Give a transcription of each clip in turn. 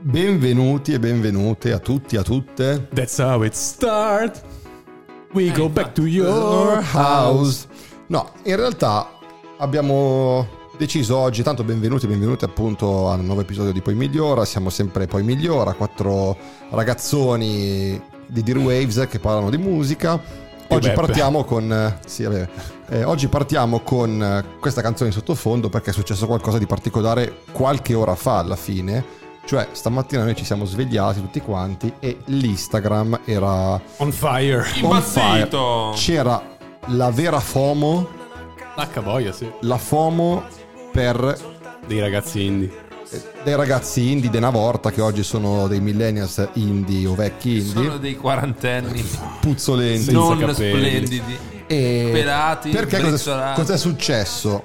Benvenuti e benvenute a tutti e a tutte. That's how it starts. We go back to your Your house. house. No, in realtà abbiamo deciso oggi, tanto benvenuti e benvenute appunto al nuovo episodio di Poi Migliora, siamo sempre Poi Migliora, quattro ragazzoni di Dear Waves che parlano di musica. Oggi Beppe. partiamo con... Sì, vabbè. Eh, oggi partiamo con eh, questa canzone in sottofondo perché è successo qualcosa di particolare qualche ora fa alla fine. Cioè, stamattina noi ci siamo svegliati tutti quanti e l'Instagram era On fire. on Impazzito! fire. C'era la vera FOMO, H voglia, sì. la FOMO per Dei ragazzi indie. eh, dei ragazzi indie di una volta che oggi sono dei millennials indie o vecchi indie, Sono dei quarantenni puzzolenti. Senza non capelli. splendidi. E Pelati, perché cosa, brizzolati. cos'è successo?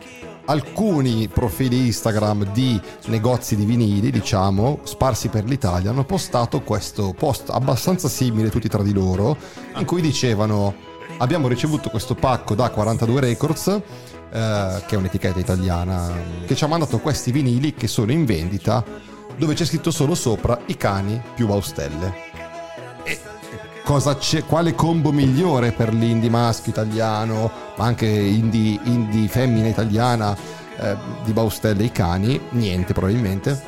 Alcuni profili Instagram di negozi di vinili, diciamo, sparsi per l'Italia, hanno postato questo post abbastanza simile tutti tra di loro, in cui dicevano abbiamo ricevuto questo pacco da 42 Records, eh, che è un'etichetta italiana, che ci ha mandato questi vinili che sono in vendita, dove c'è scritto solo sopra i cani più baustelle. Cosa c'è- quale combo migliore per l'indie maschio italiano, ma anche indie, indie femmina italiana eh, di Baustelle e i cani? Niente probabilmente.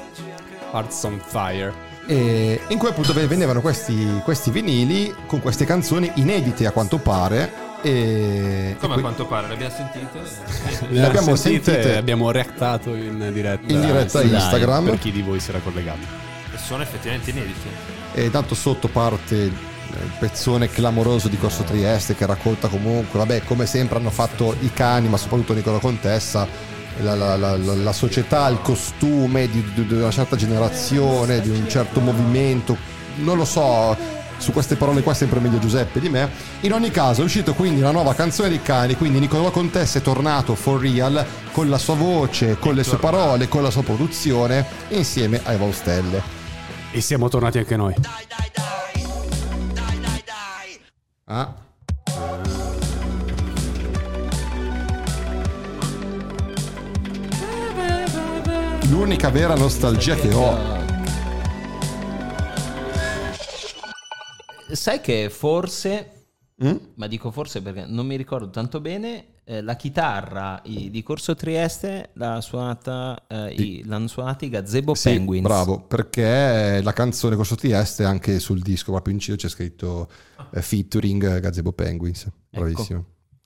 Hearts on fire. E in cui appunto ve- vendevano questi, questi vinili con queste canzoni inedite a quanto pare. E, e Come a que- quanto pare, eh, le abbiamo sentite? Le abbiamo sentite, sentite? Abbiamo reactato in diretta. In diretta Sì, Instagram. Per chi di voi si era collegato. Sono effettivamente inedite. e tanto sotto parte il pezzone clamoroso di Corso Trieste che racconta comunque, vabbè, come sempre hanno fatto i cani, ma soprattutto Nicola Contessa, la, la- la- la- la società, il costume di, di- di una certa generazione, di un certo movimento, non lo so, su queste parole qua è sempre meglio Giuseppe di me. In ogni caso è uscito quindi la nuova canzone dei cani, quindi Nicola Contessa è tornato for real con la sua voce, con le sue parole, con la sua produzione, insieme ai Vaustelle. E siamo tornati anche noi. Ah. L'unica vera nostalgia che ho. Sai che forse, Mm? ma dico forse perché non mi ricordo tanto bene, eh, la chitarra i- di Corso Trieste l'ha suonata, eh, i- l'hanno suonata i Gazebo Sì, Penguins. bravo, perché la canzone Corso Trieste anche sul disco proprio in giro c'è scritto eh, featuring Gazebo Penguins. Ecco. Bravissimo.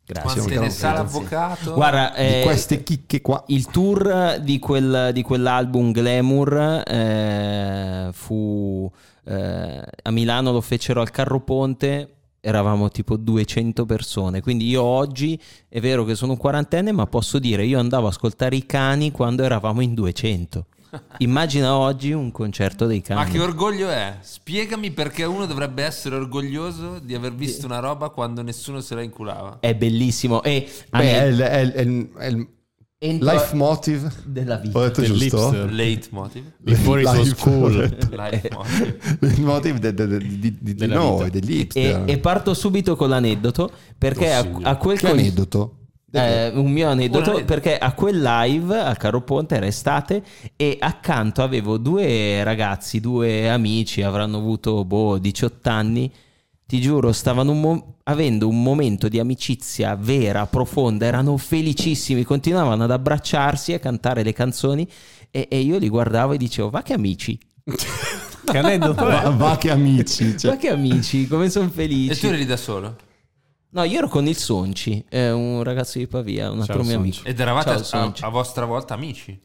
Ma Grazie. Siamo se ne chiaro- sa l'avvocato? Guarda, Di eh, queste chicche qua. il tour di, quel- di quell'album Glamour eh, fu eh, a Milano, lo fecero al Carro Ponte. Eravamo tipo 200 persone, quindi io oggi è vero che sono un quarantenne, ma posso dire io andavo a ascoltare i cani quando eravamo in 200. Immagina oggi un concerto dei Ma diciamo- cani. che orgoglio è? Spiegami perché uno dovrebbe essere orgoglioso di aver visto una roba quando nessuno se la inculava. Eh, È bellissimo. E a Beh, me- è il- è il- è il- è il entro- life motive. della vita. Ho detto Del giusto? hipster. Late motive. Lì fuori Life, sono ho school. detto. Life motive. Il motive de- de- de- di, di- di Della noi, vita. E, dell'hipster. e parto subito con l'aneddoto perché Oh, a- signore. a, quel che con- aneddoto? eh, un mio Un aneddoto aneddoto. perché a quel live a Caro Ponte era estate e accanto avevo due ragazzi, due amici, avranno avuto boh, 18 anni. Ti giuro, stavano un mo- avendo un momento di amicizia vera, profonda, erano felicissimi, continuavano ad abbracciarsi e a cantare le canzoni e, e io li guardavo e dicevo, va che amici, Che aneddoto è? Va, va che amici. cioè. va che amici, come sono E felici. tu eri da solo? No, io ero con il Sonci, eh, un ragazzo di Pavia, un altro Ciao, mio Sonci. amico. Ed eravate Ciao, a, Sonci. a vostra volta amici.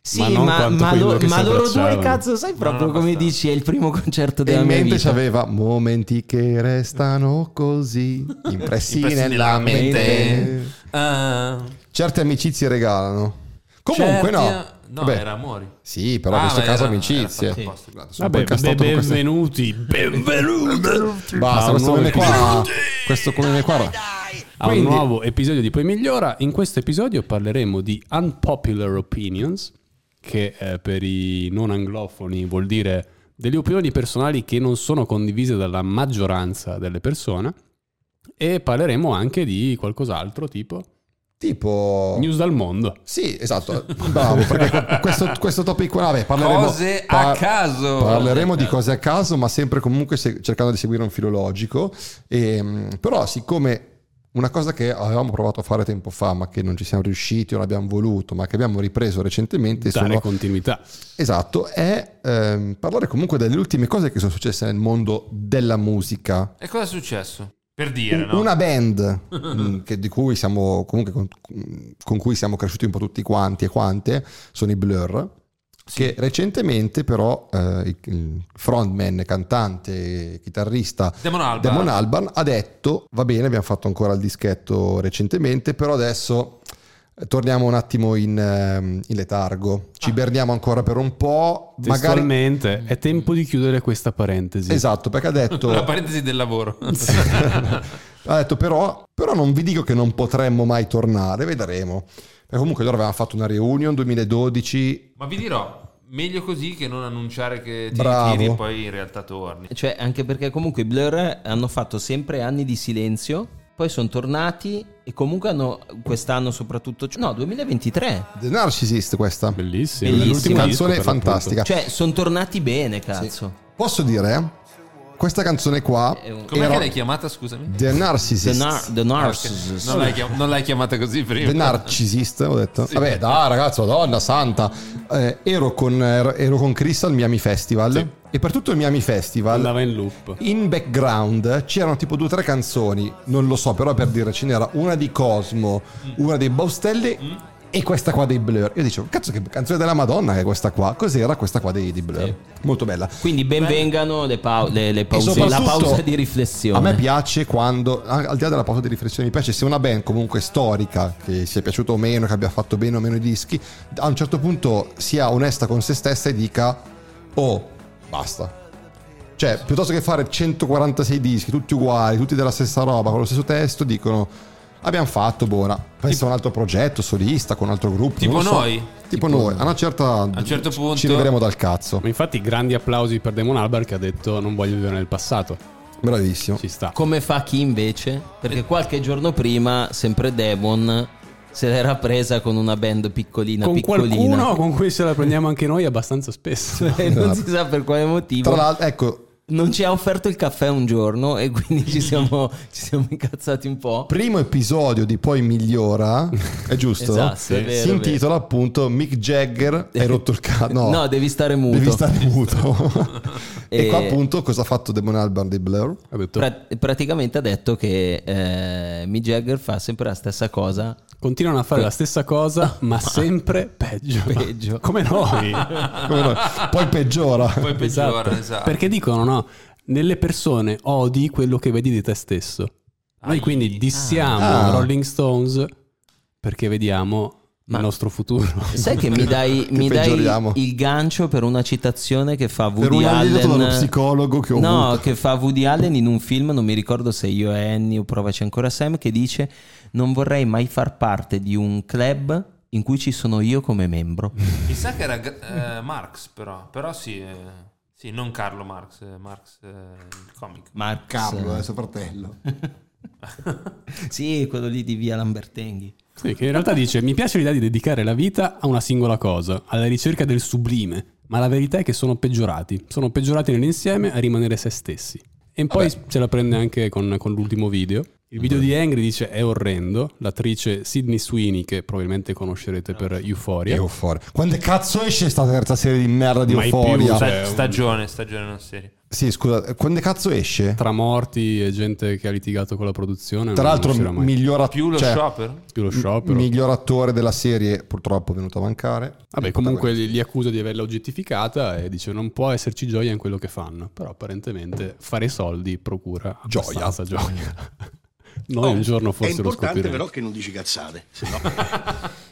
Sì, Ma ma, non quanto ma quello lo- che ma si loro due, abbracciavano. cazzo, sai proprio non come abbastanza. dici, è il primo concerto E della in mia mente vita. c'aveva momenti che restano così, impressi, Impressi nella nella mente. mente. Ah, Certe amicizie regalano. Comunque no. certi- No, Vabbè, era amori. Sì, però in Ah, questo ma caso era- eh, amicizie. era fatto Sì. apposta. Guarda, sono Vabbè, poi incassato con queste- benvenuti, benvenuti. Basta, A un questo nuovo meme qua. episodio- Ah, Questo meme qua. A un Quindi- nuovo episodio di Poi Migliora. In questo episodio parleremo di unpopular opinions, che eh, per i non anglofoni vuol dire delle opinioni personali che non sono condivise dalla maggioranza delle persone. E parleremo anche di qualcos'altro, tipo Tipo... News dal mondo. Sì, esatto, bravo, perché questo, questo topic qua, vabbè, parleremo... Cose par- a caso. Parleremo Eh, di cose a caso, ma sempre comunque se- cercando di seguire un filo logico. Ehm, però, siccome una cosa che avevamo provato a fare tempo fa, ma che non ci siamo riusciti o non abbiamo voluto, ma che abbiamo ripreso recentemente, Dare sono- ecco. continuità. esatto, è ehm, parlare comunque delle ultime cose che sono successe nel mondo della musica. E cosa è successo? Per dire, no? Una band mh, che- di cui siamo comunque con, con cui siamo cresciuti un po' tutti quanti e quante sono i Blur. Che recentemente, però, eh, il- il frontman, cantante, chitarrista Demon Alba. Damon Alban ha detto: Va bene, abbiamo fatto ancora il dischetto recentemente, però adesso eh, torniamo un attimo in, ehm, in letargo. Ci Ah. berniamo ancora per un po'. Magari. Testualmente è tempo di chiudere questa parentesi. Esatto, perché ha La detto, parentesi del lavoro. ha detto però, però non vi dico che non potremmo mai tornare, vedremo. Perché comunque loro avevano fatto una reunion 2012, Ma vi dirò, meglio così che non annunciare che ti Bravo. ritiri e poi in realtà torni. Cioè, anche perché comunque i Blur hanno fatto sempre anni di silenzio, poi sono tornati e comunque hanno quest'anno soprattutto... No, 2023. The Narcissist questa. Bellissimo. Bellissimo. L'ultimo disco, Canzone per l'appunto. fantastica. Cioè, sono tornati bene, cazzo. Posso dire, eh? questa canzone qua È un- Com'è era che l'hai Ah, chiamata, scusami? The Narcissist. The, nar- the Narcissist. Non l'hai, chiam- non l'hai chiamata così prima. The Narcissist, ho detto. Sì. Vabbè, dai, ragazzo, Madonna santa. Eh, ero, con, ero- ero con Chris al Miami Festival. E per tutto il Miami Festival, Andava in loop. in background c'erano tipo due o tre canzoni. Non lo so, però per dire, ce n'era una di Cosmo, una dei Baustelli. E questa qua dei Blur. Io dicevo, cazzo, che canzone della Madonna è questa qua? Cos'era questa qua dei, dei Blur? Molto bella. Quindi benvengano le, pau- le- le pause- la soprattutto- pausa di A me riflessione. piace quando, a- al di là della pausa di riflessione, mi piace se una band comunque storica, che sia piaciuta o meno, che abbia fatto bene o meno i dischi, a un certo punto sia onesta con se stessa e dica, oh, basta. Cioè, piuttosto che fare 146 dischi, tutti uguali, tutti della stessa roba, con lo stesso testo, dicono, abbiamo fatto, buona. Pensa a un altro progetto, solista, con un altro gruppo. Tipo non lo so. noi? Tipo, noi. A una certa... A un certo punto- Ci leveremo dal cazzo. Ma infatti grandi applausi per Damon Albar che ha detto non voglio vivere nel passato. Bravissimo. Ci sta. Come fa chi invece? Perché qualche giorno prima, sempre Demon se l'era presa con una band piccolina, Con piccolina. qualcuno con cui se la prendiamo anche noi abbastanza spesso. E non si sa per quale Esatto. Tra motivo. l'altro, ecco, Non ci ha offerto il caffè un giorno e quindi ci siamo, ci siamo incazzati un po'. primo episodio di Poi Migliora, è giusto? Esatto, è vero, si è intitola appunto Mick Jagger hai rotto il cazzo. No, No, devi stare muto. devi stare muto. e... E- qua appunto cosa ha fatto Demon Albarn di Blur? Ha detto, Pra- praticamente ha detto che eh, Mick Jagger fa sempre la stessa cosa. continuano a fare la stessa cosa ma sempre peggio. Peggio. Come Esatto. noi. Come no? Poi peggiora. Poi peggiora, esatto. Perché dicono no, nelle persone odi quello che vedi di te stesso. Noi Ai. quindi dissiamo Ah. Rolling Stones perché vediamo Ma- il nostro futuro. Sai che mi dai, mi dai peggioriamo. il gancio per una citazione che fa Woody per un aneddoto Allen. dallo psicologo che ho No, avuto. che fa Woody Allen in un film, non mi ricordo se io e Annie o provaci ancora Sam, che dice non vorrei mai far parte di un club in cui ci sono io come membro. Mi sa che era eh, Marx, però. Però sì, eh, sì, non Carlo Marx, eh, Marx eh, il comico. Marx. Carlo, è eh, suo fratello. Sì, quello lì di via Lambertenghi. Sì, che in realtà dice: Mi piace l'idea di dedicare la vita a una singola cosa, alla ricerca del sublime. Ma la verità è che sono peggiorati. Sono peggiorati nell'insieme a rimanere se stessi. E poi ce la prende anche con, con l'ultimo video. Il video di Angry dice è orrendo. L'attrice Sidney Sweeney, che probabilmente conoscerete per Euphoria. Euforia. Quando cazzo esce sta terza serie di merda di Mai più, Euforia? cioè- Sta- stagione, stagione non seria. Sì, scusa, quando cazzo esce? Tra morti e gente che ha litigato con la produzione. Tra non l'altro uscirà mai miglior, Più lo cioè, sciopero? più lo sciopero. miglior attore della serie purtroppo è venuto a mancare. Vabbè, comunque li, li accusa di averla oggettificata e dice non può esserci gioia in quello che fanno. Però apparentemente fare soldi procura Gioia. abbastanza gioia. Noi un giorno È forse lo importante scopriremo. però che non dici cazzate. se no-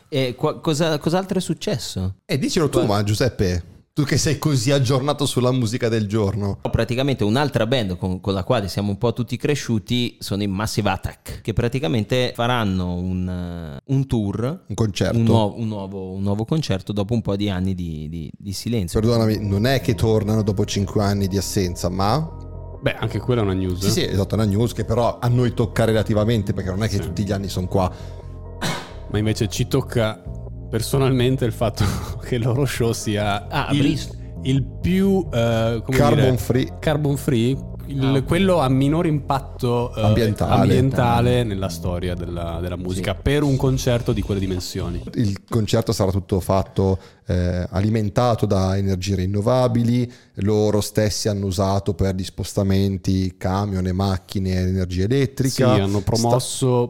E qua- cosa- cos'altro è successo? E dicelo tu, ma Giuseppe, tu che sei così aggiornato sulla musica del giorno. Praticamente un'altra band con, con la quale siamo un po' tutti cresciuti sono i Massive Attack, che praticamente faranno un, eh, un tour, Un concerto. un nuovo, un nuovo- un nuovo concerto dopo un po' di anni di, di- di silenzio. Perdonami, non è che tornano dopo 5 anni di assenza, ma... Beh, anche quella è una news. Sì, sì, esatto, è una news che però a noi tocca relativamente, perché non è che tutti gli anni sono qua. eh. ma invece ci tocca personalmente il fatto che il loro show sia Ah, il, Bristol. il più eh, come Carbon dire, free. carbon free, il- quello a minor impatto eh, Ambientale. ambientale nella storia della, della musica per un concerto di quelle dimensioni. Il concerto sarà tutto fatto, eh, alimentato da energie rinnovabili, loro stessi hanno usato per gli spostamenti camion e macchine ed energia Sì, elettrica. hanno promosso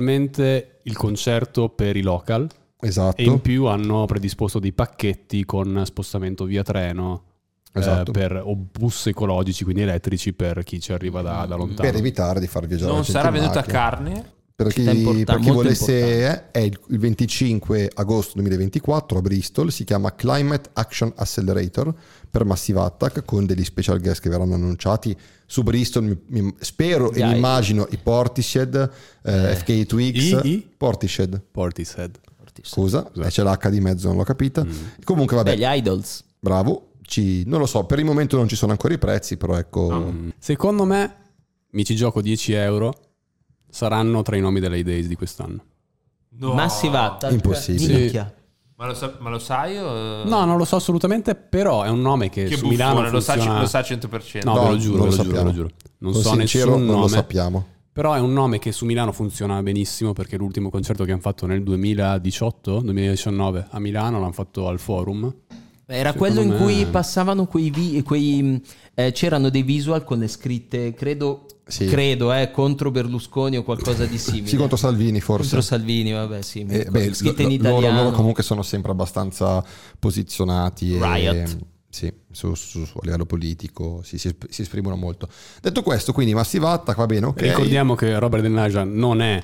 principalmente il concerto per i local Sta- esatto. e in più hanno predisposto dei pacchetti con spostamento via treno eh, Esatto. per, o bus ecologici, quindi elettrici, per chi ci arriva da, da lontano. per evitare di far viaggiare la Non gente sarà in venduta macchina. carne. per chi, Città importan- per chi Cioè, molto volesse eh, è il il 25 agosto 2024 a Bristol si chiama Climate Action Accelerator per Massive Attack con degli special guest che verranno annunciati su Bristol mi- mi- spero e Dai. mi immagino i Portishead eh, FK Twigs I- esatto. i? Portishead Portishead. scusa eh, c'è l'H di mezzo non l'ho capita Mm. comunque vabbè Beh, gli idols. bravo ci- non lo so per il momento non ci sono ancora i prezzi però ecco Ah, Secondo me, mi ci gioco 10 euro, saranno tra i nomi delle Days di quest'anno. No. Massive Attack. Impossibile. Minchia. Ma lo, sa- ma lo sai? o- No, non lo so assolutamente, però è un nome che, Che su Milano buffone, lo sa, funziona... lo sa 100%. No, No, ve lo giuro, non lo ve lo giuro, ve lo sappiamo. giuro. Non sono so sincero nessun non lo nome, sappiamo però è un nome che su Milano funziona benissimo perché l'ultimo concerto che hanno fatto nel 2018-2019 a Milano l'hanno fatto al Forum. Era Secondo quello in me- cui passavano quei, vi- quei, mh, eh, c'erano dei visual con le scritte, credo, Sì. credo eh, contro Berlusconi o qualcosa di simile. sì contro Salvini forse Contro Salvini, vabbè, sì. mi Eh, ricordo. beh, scritte lo- in lo- loro, italiano. loro comunque sono sempre abbastanza posizionati e- Riot. sì, su, su- su- a livello politico sì, si, si esprimono molto. Detto questo, quindi Massive Attack va bene, ok. Ricordiamo che Robert Del Naja non è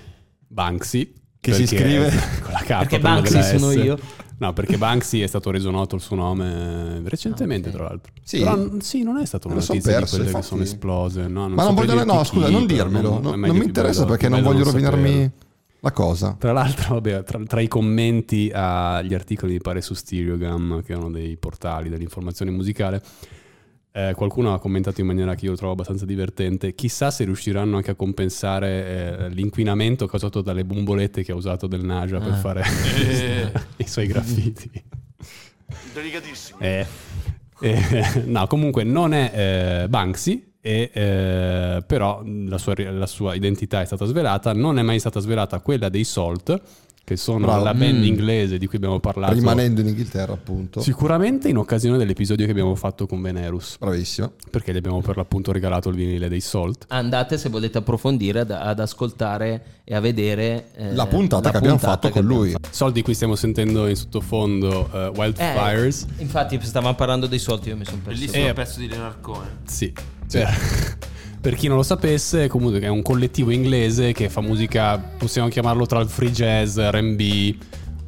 Banksy. Che si perché- scrive- con la K Perché prima Banksy della S. sono io. No, perché Banksy è stato reso noto il suo nome recentemente, Ah, tra l'àltro. Sì. Però n- sì, non è stata una Me lo son notizia di perso, quelle infatti. che sono esplose. No, Ma non saprei voglio, dirti no, chi, scusa, non però dirmelo, non- non, è non meglio mi di interessa bello- perché di non bello voglio rovinarmi saperlo. la cosa. Tra l'altro, vabbè, tra, tra i commenti agli articoli, mi pare, su Stereogam, che è uno dei portali dell'informazione musicale, eh, qualcuno ha commentato in maniera che io trovo abbastanza divertente. Chissà se riusciranno anche a compensare eh, l'inquinamento causato dalle bombolette che ha usato Del Naja per Ah. fare i suoi graffiti. Delicatissimo. Eh, eh, no, comunque non è eh, Banksy, e, eh, però la sua, la sua identità è stata svelata. Non è mai stata svelata quella dei Salt, che sono Bravo. la band Mm. inglese di cui abbiamo parlato. Rimanendo in Inghilterra, appunto. Sicuramente in occasione dell'episodio che abbiamo fatto con Venerus, Bravissimo. perché gli abbiamo per l'appunto regalato il vinile dei Salt. Andate se volete approfondire ad, ad ascoltare e a vedere eh, La puntata che abbiamo puntata fatto che con abbiamo lui. fatto. Soldi qui stiamo sentendo in sottofondo eh, Eh, Wildfires. Infatti stavamo parlando dei soldi, io mi sono perso. Bellissimo Eh. pezzo di Lenarcone. Sì. Per, per chi non lo sapesse, comunque è un collettivo inglese che fa musica, possiamo chiamarlo tra il free jazz, RB,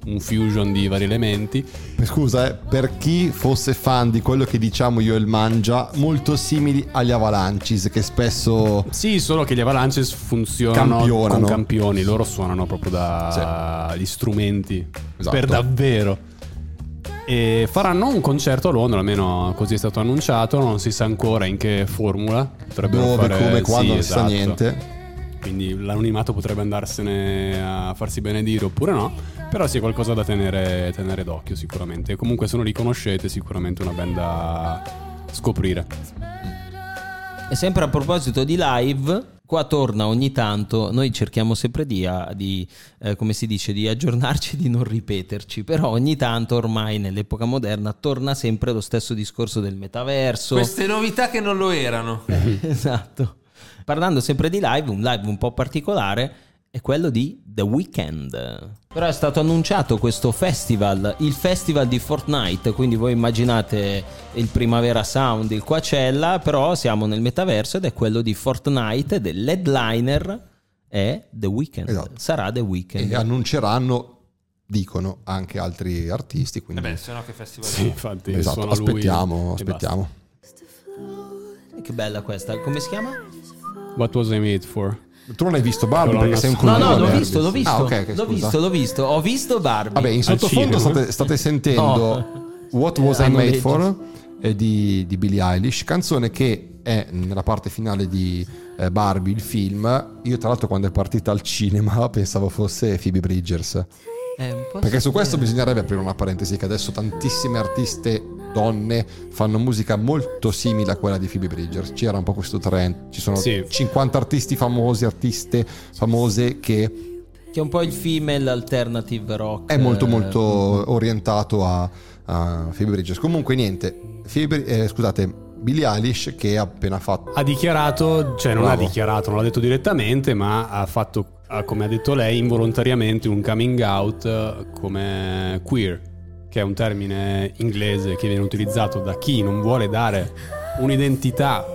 un fusion di vari elementi. Scusa, eh, per chi fosse fan di quello che diciamo io e il Mangia, molto simili agli Avalanches, che spesso Sì, solo che gli Avalanches funzionano Campionano. con campioni, loro suonano proprio dagli strumenti Esatto. per davvero. E faranno un concerto a Londra, almeno così è stato annunciato, non si sa ancora in che formula. Potrebbero dove, fare- come, quando, sì, non si sa esatto. niente. Quindi l'anonimato potrebbe andarsene a farsi benedire oppure no. Però sì, è qualcosa da tenere, tenere d'occhio sicuramente. E comunque se non li conoscete, sicuramente una band da scoprire. E sempre a proposito di live, qua torna ogni tanto, noi cerchiamo sempre di, a- di, eh, come si dice, di aggiornarci e di non ripeterci, però ogni tanto ormai nell'epoca moderna torna sempre lo stesso discorso del metaverso. Queste novità che non lo erano. Eh esatto. Parlando sempre di live, un live un po' particolare è quello di The Weeknd. Però è stato annunciato questo festival, il festival di Fortnite, quindi voi immaginate il Primavera Sound, il Coachella, però siamo nel metaverso ed è quello di Fortnite, ed è l'headliner è The Weeknd. Esatto. Sarà The Weeknd. e annunceranno, dicono, anche altri artisti. Quindi, Vabbè, se no che festival. Eh Sì, infatti, esatto, suona lui aspettiamo, e basta. aspettiamo. Eh, Che bella questa, come si chiama? What was I made for? Tu non hai visto Barbie Colonna perché sei un No, coglione. no, l'ho Barbie. visto, l'ho visto. Ah, ok, ok, l'ho scusa. visto, l'ho visto. Ho visto Barbie. Vabbè, in sottofondo Al cinema. state, state sentendo No. What Was Eh, I hanno Made detto. For eh, di, di Billie Eilish, canzone che è nella parte finale di eh, Barbie, il film. Io, tra l'altro, quando è partita al cinema pensavo fosse Phoebe Bridgers. Eh, Perché su questo bisognerebbe aprire una parentesi che adesso tantissime artiste donne fanno musica molto simile a quella di Phoebe Bridgers. C'era un po' questo trend. Ci sono Sì. 50 artisti famosi, artiste famose che Che è un po' il female alternative rock. è molto eh, molto orientato a, a Phoebe Bridgers. Comunque niente, Phoebe- eh, scusate, Billie Eilish che ha appena fatto ha dichiarato, cioè non Bravo. ha dichiarato, non l'ha detto direttamente, ma ha fatto, ha- come ha detto lei, involontariamente un coming out eh, come queer, che è un termine inglese che viene utilizzato da chi non vuole dare un'identità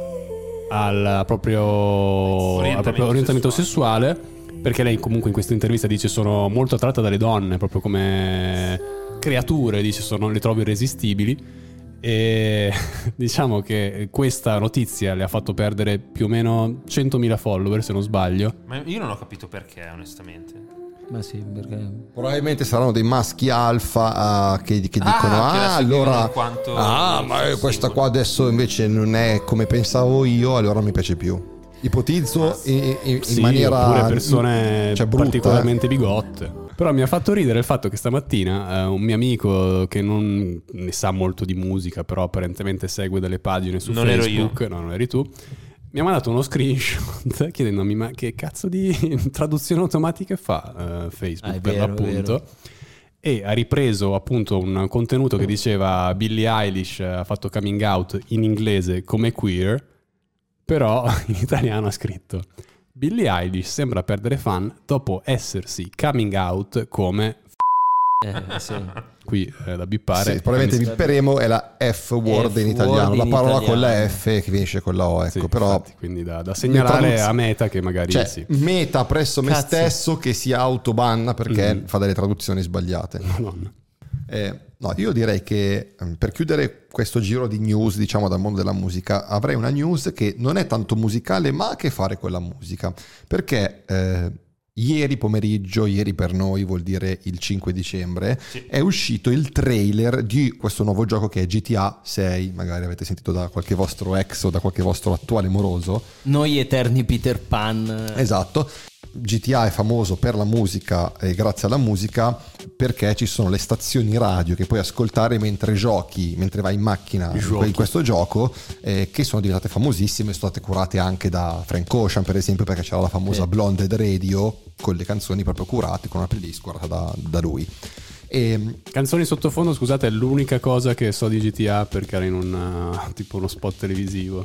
al proprio orientamento, al proprio orientamento sessuale. perché lei comunque in questa intervista dice sono molto attratta dalle donne, proprio come creature, dice sono, le trovo irresistibili. E diciamo che questa notizia le ha fatto perdere più o meno 100.000 follower, se non sbaglio. Ma io non ho capito perché, onestamente. Ma sì, perché. Probabilmente saranno dei maschi alfa ah, che, che dicono: Ah, che la Ah, seguivano allora. in quanto- ah, ma eh, sì, questa sì. qua adesso invece non è come pensavo io, allora mi piace più. Ipotizzo in, in- in Sì, maniera. oppure persone cioè, brutta, particolarmente bigotte. Però mi ha fatto ridere il fatto che stamattina eh, un mio amico che non ne sa molto di musica, però apparentemente segue delle pagine su Non ero Facebook, no, non eri tu. Mi ha mandato uno screenshot chiedendomi ma che cazzo di traduzione automatica fa eh, Facebook Ah, è per vero, è l'appunto. vero. E ha ripreso appunto un contenuto che diceva Billie Eilish eh, ha fatto coming out in inglese come queer, però in italiano ha scritto Billie Eilish sembra perdere fan dopo essersi coming out come f- Eh, sì. qui eh, da bippare. Sì, probabilmente mi- bipperemo è la F word in F italiano, word la in parola con la italiano. F che finisce con la O. Ecco, Sì, però. infatti, quindi da, da segnalare traduz- a Meta che magari Cioè, sì. meta presso me Cazzo. stesso che si autobanna perché Mm. fa delle traduzioni sbagliate. Madonna. Eh, no, io direi che ehm, per chiudere questo giro di news, diciamo dal mondo della musica, avrei una news che non è tanto musicale, ma ha a che fare con la musica. Perché eh, ieri pomeriggio, ieri per noi vuol dire il 5 dicembre, Sì. è uscito il trailer di questo nuovo gioco che è GTA 6, magari avete sentito da qualche vostro ex o da qualche vostro attuale moroso. Noi eterni Peter Pan. Esatto. GTA è famoso per la musica e grazie alla musica perché ci sono le stazioni radio che puoi ascoltare mentre giochi, mentre vai in macchina in que- in questo gioco, eh, che sono diventate famosissime, sono state curate anche da Frank Ocean per esempio perché c'era la famosa Sì. Blonded Radio con le canzoni proprio curate, con una playlist curata da, da lui. Ehm, E, Canzoni sottofondo, scusate, è l'unica cosa che so di GTA perché era in un eh, tipo uno spot televisivo.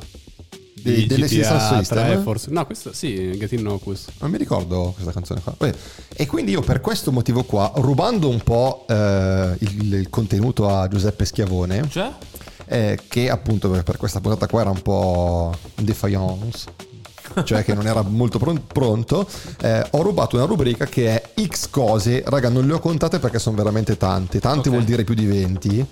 De- Di delle Sister GTA System? 3 forse. No, questo sì, Get Innocuous. Non mi ricordo questa canzone qua. Beh, E quindi io per questo motivo qua, rubando un po' eh, il, il contenuto a Giuseppe Schiavone, Cioè? eh, che appunto per, per questa puntata qua era un po' in defiance, cioè che non era molto pron- pronto, eh, ho rubato una rubrica che è X cose, raga non le ho contate perché sono veramente tante, tante vuol dire più di 20.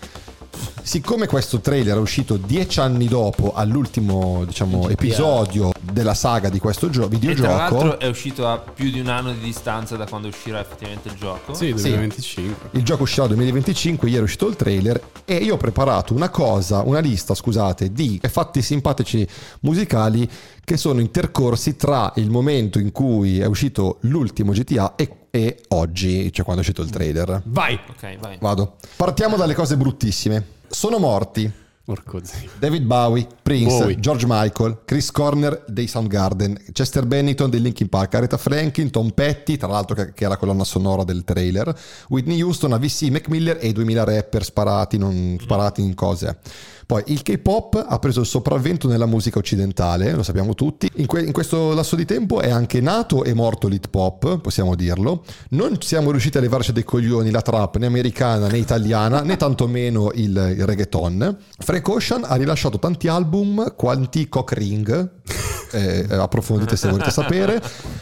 Siccome questo trailer è uscito dieci anni dopo all'ultimo diciamo, episodio della saga di questo gio- E tra videogioco, l'altro è uscito a più di un anno di distanza da quando uscirà effettivamente il gioco. Sì, Sì. 2025. Il gioco uscirà nel 2025, ieri è uscito il trailer e io ho preparato una cosa, una lista, scusate, di fatti simpatici musicali che sono intercorsi tra il momento in cui è uscito l'ultimo GTA e, e oggi, cioè quando è uscito il trailer. Vai! Ok, vai. Vado. Partiamo dalle cose bruttissime. Sono morti Porco zio. David Bowie, Prince, Bowie. George Michael, Chris Corner dei Soundgarden, Chester Bennington dei Linkin Park, Aretha Franklin, Tom Petty, tra l'altro che, che è la colonna sonora del trailer, Whitney Houston, AVC, Mac Miller e i 2000 rapper sparati, non, sparati in cose. Poi il K-pop ha preso il sopravvento nella musica occidentale, lo sappiamo tutti. In, que- in questo lasso di tempo è anche nato e morto l'hip hop, possiamo dirlo. Non siamo riusciti a levarci dei coglioni la trap né americana né italiana, né tantomeno il, il reggaeton. Frank Ocean ha rilasciato tanti album, quanti cock ring. eh, eh, approfondite se volete sapere.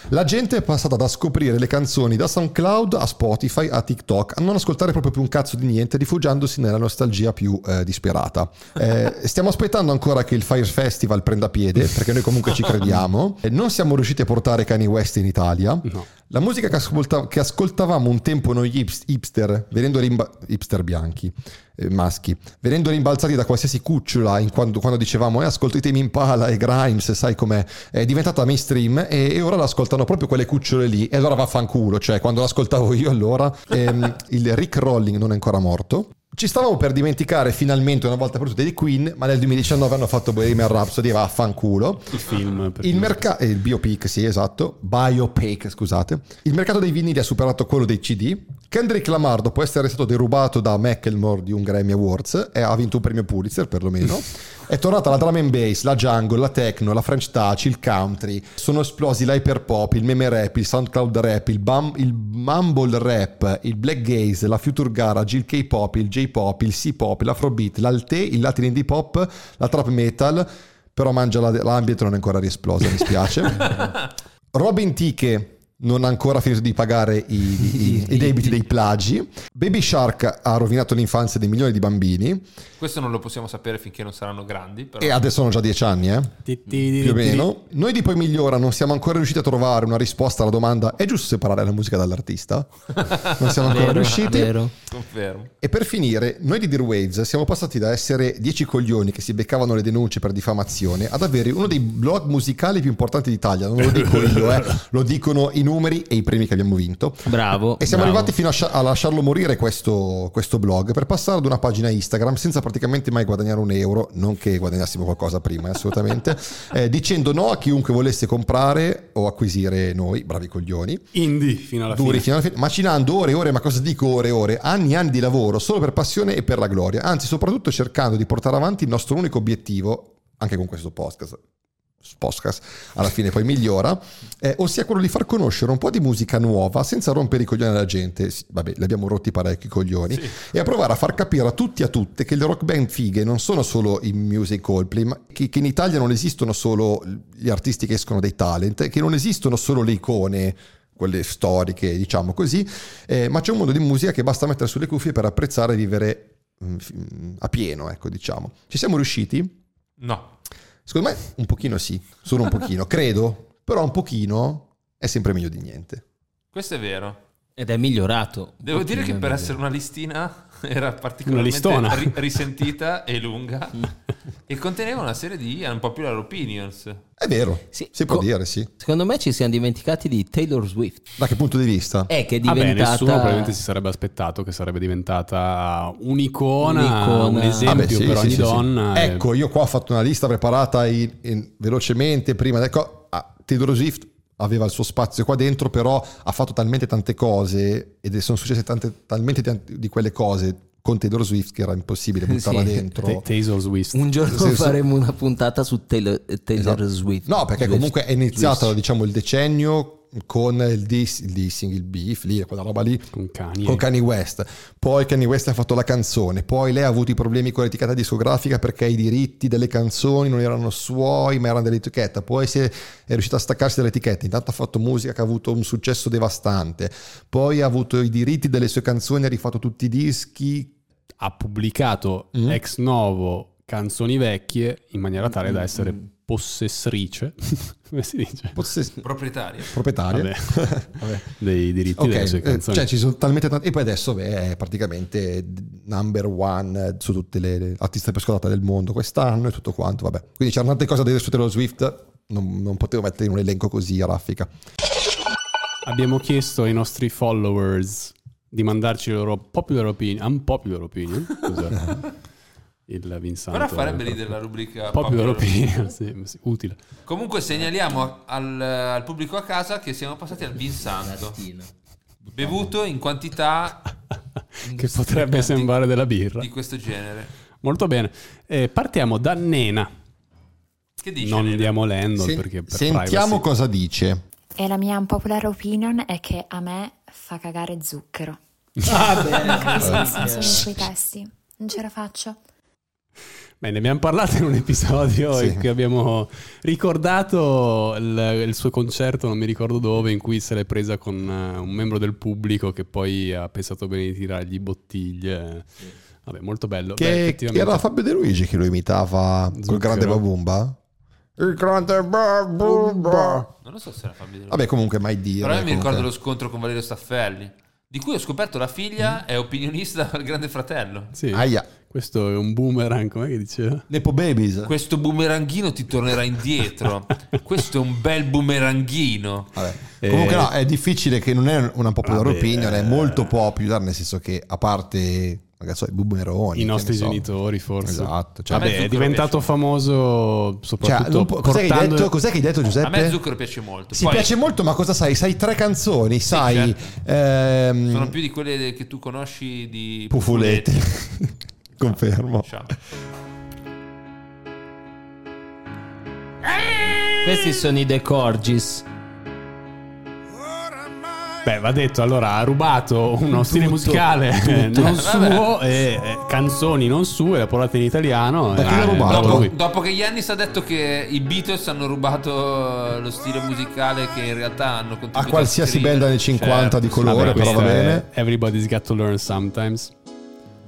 La gente è passata da scoprire le canzoni da SoundCloud a Spotify a TikTok, a non ascoltare proprio più un cazzo di niente, rifugiandosi nella nostalgia più eh, disperata. Eh, stiamo aspettando ancora che il Fire Festival prenda piede, perché noi comunque ci crediamo. Eh, Non siamo riusciti a portare Kanye West in Italia. No. La musica che, ascolta- che ascoltavamo un tempo noi hips- hipster, venendo rimba- hipster bianchi, eh, maschi, venendo rimbalzati da qualsiasi cucciola in quando, quando dicevamo eh, ascolto i temi Impala e Grimes, sai com'è, è diventata mainstream e, e ora l'ascoltano proprio quelle cucciole lì e allora vaffanculo, cioè quando l'ascoltavo io allora ehm, il Rick Rolling non è ancora morto. Ci stavamo per dimenticare finalmente una volta per tutte di Queen, ma nel 2019 hanno fatto Bohemian Rhapsody e vaffanculo. Il film. per Il cui- mercato, il biopic, sì, esatto, biopic, scusate. Il mercato dei vinili ha superato quello dei CD. Kendrick Lamar, dopo essere stato derubato da Macklemore di un Grammy Awards, e ha vinto un premio Pulitzer perlomeno. È tornata la drum and bass, la jungle, la techno, la french touch, il country. Sono esplosi l'hyper pop, il meme rap, il soundcloud rap, il, bam- il mumble rap, il black gaze, la future garage, il K-pop, il J-pop, il C-pop, l'afrobeat, l'alt, il latin indie pop, la trap metal però mangia la- l'ambito non è ancora riesplosa, mi spiace. Robin Tiche non ha ancora finito di pagare i, i- i debiti dei plagi. Baby Shark ha rovinato l'infanzia di milioni di bambini Questo non lo possiamo sapere finché non saranno grandi. Però. e adesso sono già dieci anni, eh, Ti- ti- ti- più o ti- meno. Noi di Poi Migliora non siamo ancora riusciti a trovare una risposta alla domanda è giusto separare la musica dall'artista? Non siamo ancora Vero, riusciti. vero. Confermo. E per finire, noi di Dear Waves siamo passati da essere 10 coglioni che si beccavano le denunce per diffamazione ad avere uno dei blog musicali più importanti d'Italia. Non lo dico io, eh, lo dicono i numeri e i premi che abbiamo vinto. Bravo. E siamo bravo. arrivati fino a, scia- a lasciarlo morire questo, questo blog per passare ad una pagina Instagram senza praticamente mai guadagnare un euro, non che guadagnassimo qualcosa prima, eh, assolutamente, eh, dicendo no a chiunque volesse comprare o acquisire noi, bravi coglioni Indie fino alla duri fine. fino alla fine, macinando ore e ore, ma cosa dico ore e ore, anni e anni di lavoro solo per passione e per la gloria, anzi soprattutto cercando di portare avanti il nostro unico obiettivo, anche con questo podcast, podcast alla fine poi migliora, eh, ossia quello di far conoscere un po' di musica nuova senza rompere i coglioni alla gente, Sì, vabbè li abbiamo rotti parecchi i coglioni, e a provare a far capire a tutti e a tutte che le rock band fighe non sono solo i music Coldplay, ma che, che in Italia non esistono solo gli artisti che escono dai talent, che non esistono solo le icone quelle storiche, diciamo così, eh, ma c'è un mondo di musica che basta mettere sulle cuffie per apprezzare e vivere mm, f- mm, a pieno, ecco, diciamo. Ci siamo riusciti? No. Secondo me un pochino sì, solo un pochino, credo, però un pochino è sempre meglio di niente. Questo è vero. Ed è migliorato. Devo dire che per Ovviamente. essere una listina era particolarmente listona. ri- risentita e lunga e conteneva una serie di un po' più la opinions. È vero, Sì, si può co- dire, sì. Secondo me ci siamo dimenticati di Taylor Swift. Da che punto di vista? È Ah, che è Vabbè, diventata... nessuno probabilmente si sarebbe aspettato che sarebbe diventata un'icona, Un'icona. un esempio Vabbè, sì, per sì, ogni sì, sì. donna. eh. e- Ecco, io qua ho fatto una lista preparata in- in- velocemente prima. Ecco, ah, Taylor Swift aveva il suo spazio qua dentro, però ha fatto talmente tante cose ed sono successe tante- talmente tante di quelle cose con Taylor Swift che era impossibile buttarla Sì. dentro. Te- Taylor Swift. Un giorno Nel senso- faremo una puntata su Taylor, eh, Taylor Esatto. Swift. No, perché Swift. comunque è iniziato Swift. diciamo, il decennio con il diss, il dissing, il beef, lì, quella roba lì. Con cani. con Kanye West. Poi Kanye West ha fatto la canzone, poi lei ha avuto i problemi con l'etichetta discografica perché i diritti delle canzoni non erano suoi, ma erano dell'etichetta. Poi si è, è riuscita a staccarsi dall'etichetta, intanto ha fatto musica che ha avuto un successo devastante. Poi ha avuto i diritti delle sue canzoni, ha rifatto tutti i dischi. ha pubblicato Mm. ex novo canzoni vecchie in maniera tale da essere Mm. possessrice, come si dice? Possess- Proprietaria. proprietaria. Vabbè, Vabbè. dei diritti Ok, delle sue eh, canzoni. cioè ci sono talmente tante. E poi adesso beh, è praticamente number one eh, su tutte le, le artiste per scolata del mondo quest'anno e tutto quanto. Vabbè. Quindi c'erano tante cose da dire su Taylor Swift. Non, non potevo mettere in un elenco così a raffica. Abbiamo chiesto ai nostri followers di mandarci le loro popular opinion, unpopular opinion, scusa. Il Vincent. Ora farebbe ridere la rubrica Popular Popular opinion, sì, sì, utile. Comunque segnaliamo al, al pubblico a casa che siamo passati al vin santo. Bevuto in quantità che potrebbe sembrare della birra. di questo genere. Molto bene. Eh, partiamo da Nena. Che dici? non Nene? andiamo Landon Sen- perché per sentiamo privacy. cosa dice. E la mia unpopular opinion è che a me fa cagare zucchero. Ah, Non capisco il senso di Eh. quei testi. Non ce la faccio. Beh, ne abbiamo parlato in un episodio Sì. in cui abbiamo ricordato il, il suo concerto, non mi ricordo dove, in cui se l'è presa con eh, un membro del pubblico che poi ha pensato bene di tirargli bottiglie. Vabbè, molto bello. Beh, Che effettivamente- era Fabio De Luigi che lo imitava Zucchero. col grande babumba. Il grande babumba. Non lo so se la famiglia. Vabbè, comunque, mai dire. Però io mi comunque. ricordo lo scontro con Valerio Staffelli. di cui ho scoperto la figlia è opinionista del Grande Fratello. Sì. Aia. Questo è un boomerang, come che diceva? Nepo Babies. Questo boomeranghino ti tornerà indietro. Questo è un bel boomeranghino. Vabbè. Eh, Comunque no, è difficile che non è una popolare vabbè, opinion, è eh. molto popular, nel senso che a parte magari so, i boomeroni, I che nostri ne so. genitori, forse. Esatto, cioè- A me Vabbè, è zucchero diventato piace. famoso Cioè, soprattutto non può- cos'è, che hai portando- detto, cos'è che hai detto Giuseppe? A me Zucchero piace molto. Sì, Poi piace molto, ma cosa sai? Sai tre canzoni, sai... certo. ehm, sono più di quelle che tu conosci di Pufuletti. Confermo. Diciamo. Questi sono i De Corgis. Beh, va detto, allora ha rubato uno stile musicale eh, non suo, e, eh, canzoni non sue, le ha portate in italiano. Da eh, chi l'ha eh, rubato? bravo Dopo, lui. dopo che Yannis ha detto che i Beatles hanno rubato lo stile musicale che in realtà hanno continuato A qualsiasi scrivere. band anni 50 di colore, Cioè, certo. Vabbè, però va questo è bene. Everybody's got to learn sometimes.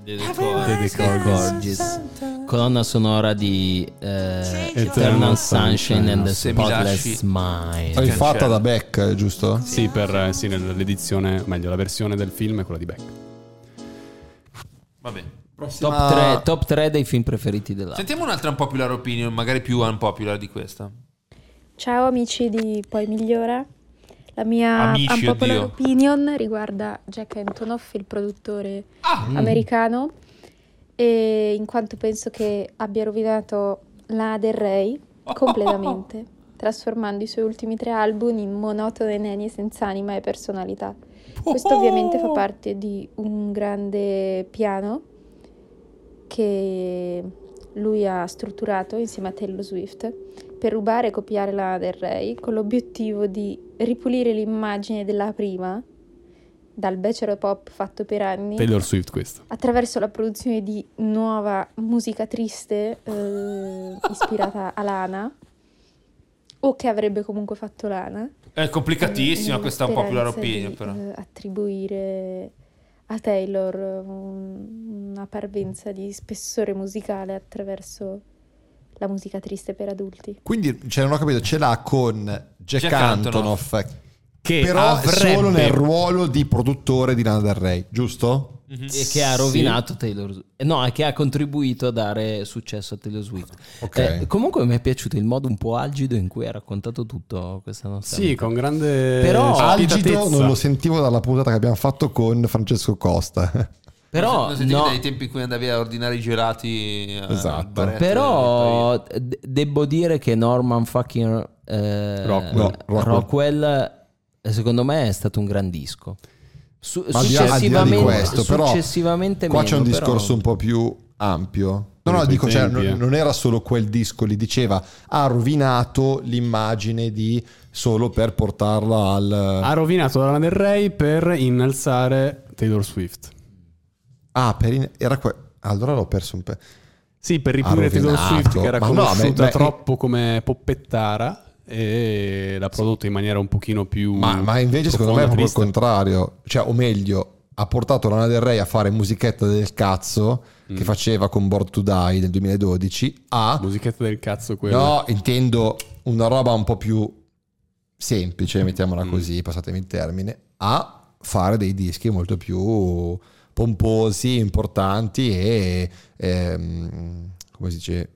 De Everybody's got to learn Corgis. Colonna sonora di eh, Eternal Eternal Sunshine and the Se mi lasci- Spotless Mind. L'hai Cancello. fatta da Beck, eh, giusto? certo. Sì, per eh, sì, l'edizione, o meglio, la versione del film è quella di Beck. Va bene. Top 3, top 3 dei film preferiti dell'anno. Sentiamo un'altra unpopular opinion, magari più unpopular di questa. Ciao amici di Poi Migliora. La mia Amici, unpopular oddio. opinion riguarda Jack Antonoff, il produttore Ah! americano, e in quanto penso che abbia rovinato la Del Rey completamente, trasformando i suoi ultimi tre album in monotone nenie senza anima e personalità. Questo ovviamente Oh! fa parte di un grande piano che lui ha strutturato insieme a Taylor Swift per rubare e copiare la Del Rey con l'obiettivo di ripulire l'immagine della prima dal becero pop fatto per anni Taylor Swift questo. attraverso la produzione di nuova musica triste eh, ispirata a Lana o che avrebbe comunque fatto Lana È complicatissima Nella questa unpopular speranza di, opinion, però. eh, attribuire a Taylor un- una parvenza di spessore musicale attraverso la musica triste per adulti. Quindi, cioè, non ho capito, ce l'ha con Jack, Jack Antonoff. Antonoff, Che però è avrebbe- solo nel ruolo di produttore di Lana Del Rey, giusto? Mhm. E che ha rovinato Taylor Swift. No, e che ha contribuito a dare successo a Taylor Swift. Ok. Eh, comunque mi è piaciuto il modo un po' algido in cui ha raccontato tutto questa nostra Sì, amica. con grande Però- Algido spietatezza. non lo sentivo dalla puntata che abbiamo fatto con Francesco Costa. Però, non sentivi no, dai tempi in cui andavi a ordinare i gelati eh, Esatto. al baretto del però de- debbo dire che Norman fucking eh, Rockwell. No, Rockwell. Rockwell, eh, secondo me è stato un gran disco. Su- Ma al di là- al di là di successivamente- questo, però successivamente qua c'è un meno, però- discorso un po' più ampio. No, Come no, i tuoi dico, cioè, tempi, non, eh. non era solo quel disco lì, diceva, ha rovinato l'immagine di solo per portarla al... Ha Ah. rovinato la Lana Del Rey per innalzare Taylor Swift. Ah, per in- era que- Allora l'ho perso un po'. Sì, per ripulire Ha Taylor rovinato. Swift che era Ma no, beh, conosciuta beh, troppo come poppettara e l'ha prodotta in maniera un pochino più Ma, ma invece secondo me è proprio Mm. profonda, il contrario, cioè o meglio ha portato Lana Del Rey a fare musichetta del cazzo Mm. che faceva con Born to Die nel 2012 a... triste. musichetta del cazzo quella. No, intendo una roba un po' più semplice, Mm. mettiamola così, passatemi il termine, a fare dei dischi molto più pomposi, importanti e... ehm, come si dice?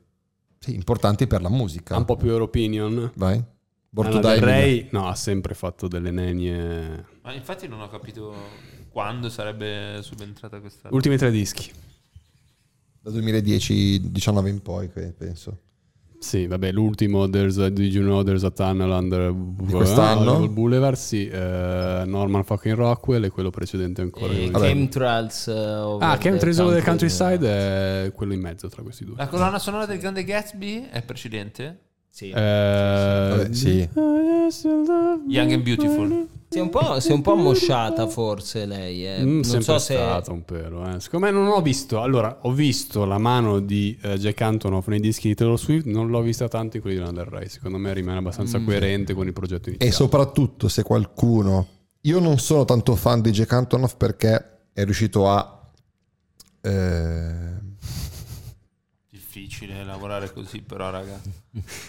Sì, importanti per la musica. Un po' più Europinion. Vai. Born to Lana Del Die Rey no, ha sempre fatto delle nenie. paese. Ma infatti non ho capito quando sarebbe subentrata questa... Ultimi tre dischi. da 2010-19 in poi, que- penso. Sì, vabbè, l'ultimo, there's a, Did You Know There's a Tunnel Under quest'anno? Hollywood Boulevard, sì, eh, Norman fucking Rockwell e quello precedente ancora. Eh, Vabbè. Chemtrails, eh, over ah, the Camp Tresor del country. Countryside è quello in mezzo tra questi due. La colonna sonora del Grande Gatsby è precedente? Sì. Eh, Vabbè, sì. Young and Beautiful. Si è un po', si è un po' mosciata forse lei, eh. Mm, non sempre so se... stato un pelo. eh. Secondo me non ho visto. Allora, ho visto la mano di eh, Jack Antonoff nei dischi di Taylor Swift, non l'ho vista tanto in quelli di Lana Del Rey. Secondo me rimane Mm. abbastanza coerente con il progetto E iniziale. soprattutto se qualcuno... Io non sono tanto fan di Jack Antonoff perché è riuscito a... eh, Il difficile lavorare così, però, raga.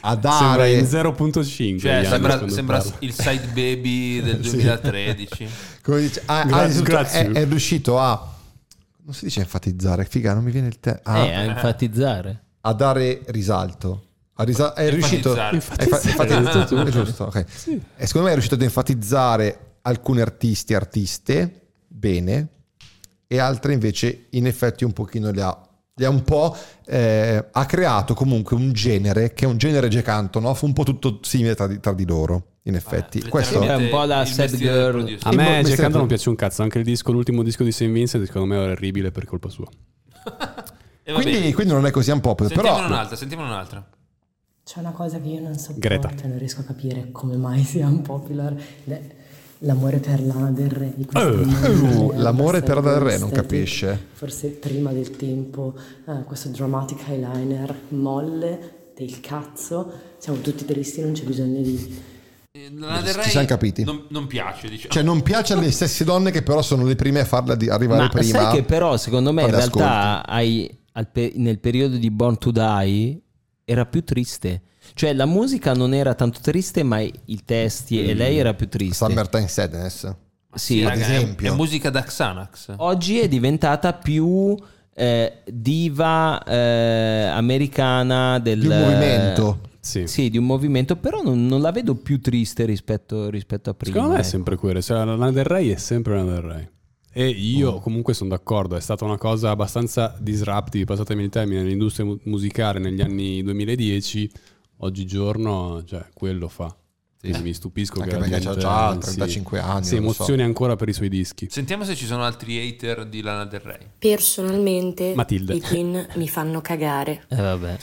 a Sembra dare in 0.5. Cioè, gli anni sembra, quando sembra parlo. il side baby del Sì. 2013. come dice, ah, ah, Gra- innanzitutto grazie. È, è riuscito a non si dice enfatizzare figa non mi viene il te a, Eh, a enfatizzare. a dare risalto A risa- è riuscito Enfatizzare. è fa- Enfatizzare. enfatizzare, è giusto, ok. Sì. E secondo me è riuscito ad enfatizzare alcuni artisti e artiste bene e altre invece in effetti un pochino le ha, le ha un po' eh, ha creato comunque un genere che è un genere gecantonoff un po' tutto simile tra di, tra di loro in effetti Eh, questo Ah, letteralmente. è è un po' la il sad mestiere del girl. producer. A Il mo- me mestiere Jackando pro- non piace un cazzo, anche il disco, l'ultimo disco di St. Vincent secondo me è orribile per colpa sua. Eh, E va quindi, bene. quindi non è così un popolo Sentiamone però un'altra, sentiamone un'altra. C'è una cosa che io non sopporto Greta. e non riesco a capire come mai sia un popular. Beh, L'amore per Lana del Re di questa Eh, eh, maniera, l'amore per Lana del Re, questa non estetica, capisce. Forse prima del tempo, eh, questo dramatic eyeliner molle del cazzo. Siamo tutti tristi, non c'è bisogno di. Eh, Lana Del Ci Rey siamo capiti. Non, non piace, diciamo. cioè non piace alle stesse donne che però sono le prime a farla di- arrivare Ma prima sai che però secondo me in quando realtà hai- al pe- nel periodo di Born to Die era più triste. Cioè la musica non era tanto triste ma i i testi e lei era più triste. Summertime Sadness Sì, ad raga, è- esempio. È, musica da Xanax. oggi è diventata più eh, diva eh, americana del di un movimento Sì. Sì, di un movimento, però non, non la vedo più triste rispetto, rispetto a prima. Secondo me è ecco. sempre quello, cioè la Lana del Rey è sempre Lana del Rey. E io Mm. comunque sono d'accordo, è stata una cosa abbastanza disruptive, passatemi il termine, nell'industria mu- musicale negli anni 2010, oggigiorno cioè, quello fa. Quindi Mi stupisco Eh, anche che la perché c'ha gente, già sì, 35 anni si non lo so. emozioni ancora per i suoi dischi. Sentiamo se ci sono altri hater di Lana Del Rey. Personalmente Matilde. i Queen mi fanno cagare. Eh, vabbè.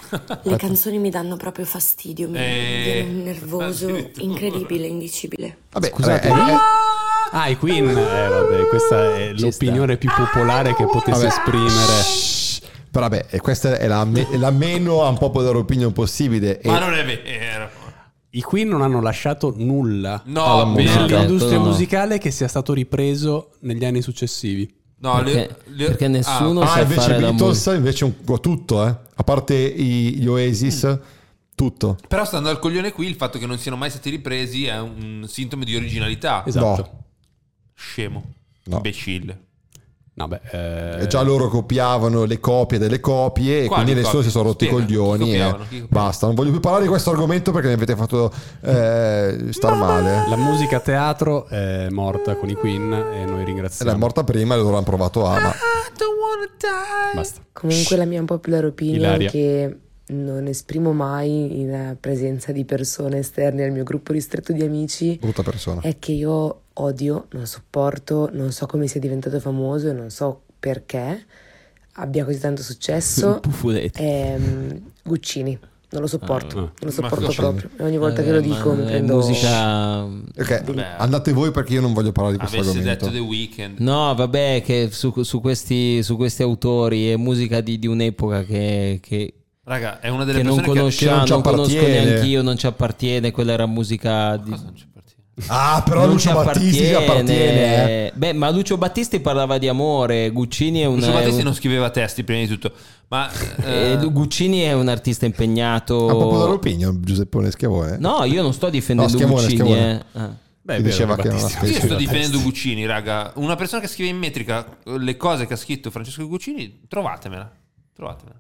Le canzoni mi danno proprio fastidio, mi Eh, danno un nervoso addirittura. incredibile, indicibile. Vabbè, Scusate, eh, ma- eh, Ah, i Queen, eh, vabbè, questa è Ci l'opinione più popolare che Vabbè. potesse esprimere. Però vabbè, e questa è la, me- è la meno un popular opinion possibile. E Ma non è vero. I Queen non hanno lasciato nulla No, Alla bene. musica. all'industria No. musicale che sia stato ripreso negli anni successivi. No, le- Perché- le- perché nessuno ah, sa invece fare la Beatles, invece un- oh, tutto, eh. A parte i- gli Oasis, tutto. Però stando al coglione qui, il fatto che non siano mai stati ripresi è un sintomo di originalità. Esatto. Scemo. No. Imbecille. No, beh, eh, E già loro copiavano le copie delle copie e Quali quindi adesso copie? si sono rotti i Spiega, chi coglioni copiavano, e chi copiava? basta. Non voglio più parlare di questo argomento perché mi avete fatto eh, star male. la musica a teatro è morta con i Queen e noi Era ringraziamo. morta prima e loro hanno provato a... Ma... Basta. Comunque la mia popular opinion Ilaria. è che non esprimo mai in presenza di persone esterne al mio gruppo ristretto di amici Brutta persona. Eh, è che io odio, non sopporto, non so come sia diventato famoso e non so perché abbia così tanto successo. Puffuletti. Ehm, Guccini, non lo sopporto, Ah, Eh, non lo sopporto Guccini. proprio. E ogni volta che lo dico mi prendo Eh, musica Ok, andate voi perché io non voglio parlare di questo Avesse argomento. detto The Weeknd. No, vabbè, che su, su questi, su questi autori è musica di, di un'epoca che, che- Raga, è una delle che non persone che... conosciamo, che non non, ci conosco appartiene. neanche io, non ci appartiene, quella era musica di... Cosa non ci appartiene? Ah, però non Lucio ci Battisti ci appartiene. eh. Beh, ma Lucio Battisti parlava di amore, Guccini è un... Lucio Battisti è un- non scriveva testi prima di tutto, ma eh, eh, Guccini è un artista impegnato... A proposito dell'opinion, Giuseppone Schiavone. Oh. No, io non sto difendendo No, schiavone, Guccini. schiavone. eh. Ah. Beh, Ti diceva che non Battisti. la io sto Sì, difendendo Guccini, raga. Una persona che scrive in metrica le cose che ha scritto Francesco Guccini, trovatemela. Trovatemela.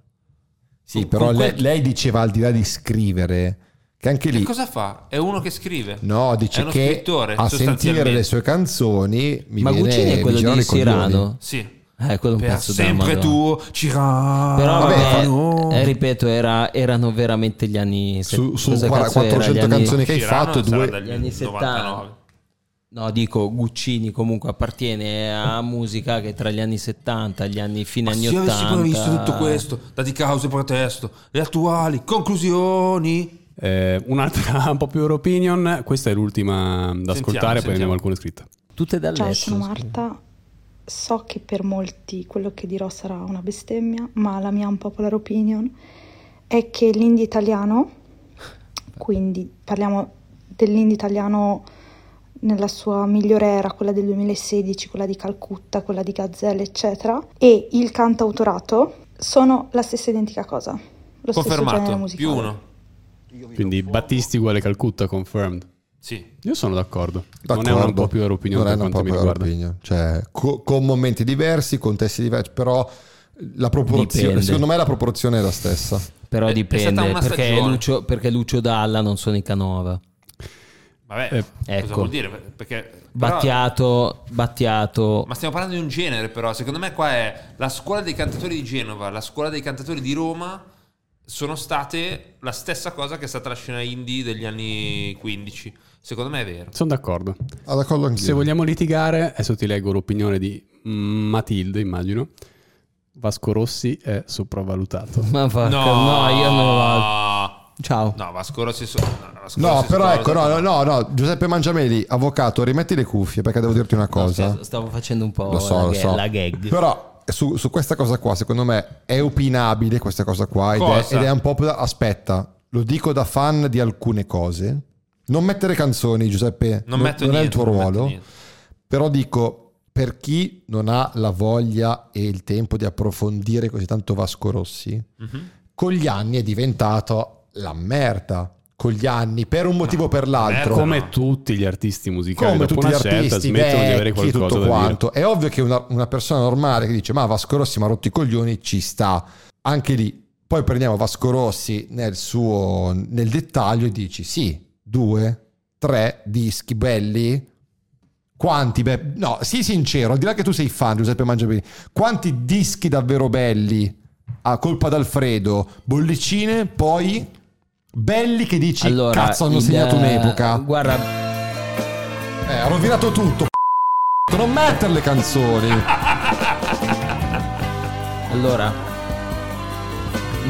Sì, però Con quel- lei, lei diceva al di là di scrivere, che anche lì... Che cosa fa? È uno che scrive. No, È dice uno che scrittore, a sostanzialmente. sentire le sue canzoni mi Ma viene Guccini è quello mi girano di i coglioni. Sirano. Sì. Eh, quello è un Per pezzo da sempre Madonna. tu, Cirano. Però vabbè, vabbè, Ah, no. eh, ripeto, era- erano veramente gli anni Su, su cosa guarda, cazzo era, 400 gli anni- canzoni che hai Cirano fatto, sarà due... dagli Gli anni 99. No, dico Guccini comunque appartiene a musica che tra gli anni 70, gli anni fine Ma anni se io 80. avessi previsto tutto questo, dati cause, protesto, le attuali conclusioni. Eh, un'altra un po' più opinion, questa è l'ultima da ascoltare, poi sentiamo. andiamo alcuna scritta. tutte da Ciao, letto. sono Marta. So che per molti quello che dirò sarà una bestemmia, ma la mia unpopular opinion è che l'indie italiano, quindi parliamo dell'indie italiano nella sua migliore era, quella del 2016, quella di Calcutta, quella di Gazzelle, eccetera, e il cantautorato sono la stessa identica cosa. Lo stesso genere Confermato, musicale. più uno. Quindi Battisti uguale Calcutta, confirmed. Sì. Io sono d'accordo. D'accordo. Non è una propria opinione Non è per una quanto mi popular riguarda. opinion. Cioè, co- con momenti diversi, contesti diversi, però la proporzione, Dipende. secondo me la proporzione è la stessa. Però È- è stata dipende una perché stagione. Lucio, perché Lucio Dalla non sono i Canova. Vabbè, Eh, cosa ecco. vuol dire? Perché, però- Battiato, Battiato. ma stiamo parlando di un genere, però. Secondo me, qua è la scuola dei cantatori di Genova, la scuola dei cantatori di Roma. Sono state la stessa cosa che è stata la scena indie degli anni 15. Secondo me è vero. Sono d'accordo. Ah, d'accordo anch'io. Se vogliamo litigare, adesso ti leggo l'opinione di Matilde, immagino. Vasco Rossi è sopravvalutato. Ma fa- no. io non lo Ciao. No, Vasco Rossi. so- no, Vasco No, Rossi però sotto- ecco, no, no, no, no, Giuseppe Mangiamelli, avvocato, rimetti le cuffie perché devo dirti una cosa. Scherzo, Stavo facendo un po' lo so, la, lo gag- so. la gag. Però eh, su, su questa cosa qua, secondo me, è opinabile questa cosa qua ed, è, Cosa? ed è un po'... da- Aspetta, lo dico da fan di alcune cose. Non mettere canzoni, Giuseppe, Non metto è il niente, tuo non metto ruolo. niente. Però dico, per chi non ha la voglia e il tempo di approfondire così tanto Vasco Rossi, Mhm. con gli anni è diventato la merda. Con gli anni, per un motivo o per l'altro merda. Come tutti gli artisti musicali, come dopo tutti gli una certa artisti smettono di avere vecchi e qualcosa tutto da quanto è ovvio che una, una persona normale che dice ma Vasco Rossi mi ha rotto i coglioni ci sta anche lì poi prendiamo Vasco Rossi nel suo nel dettaglio e dici sì due tre dischi belli quanti be- no sii sincero al di là che tu sei fan Giuseppe Mangiabini quanti dischi davvero belli a colpa d'Alfredo bollicine poi belli che dici cazzo hanno il- segnato un'epoca Guarda, eh, ha rovinato tutto. p***o. Non mettere le canzoni. allora,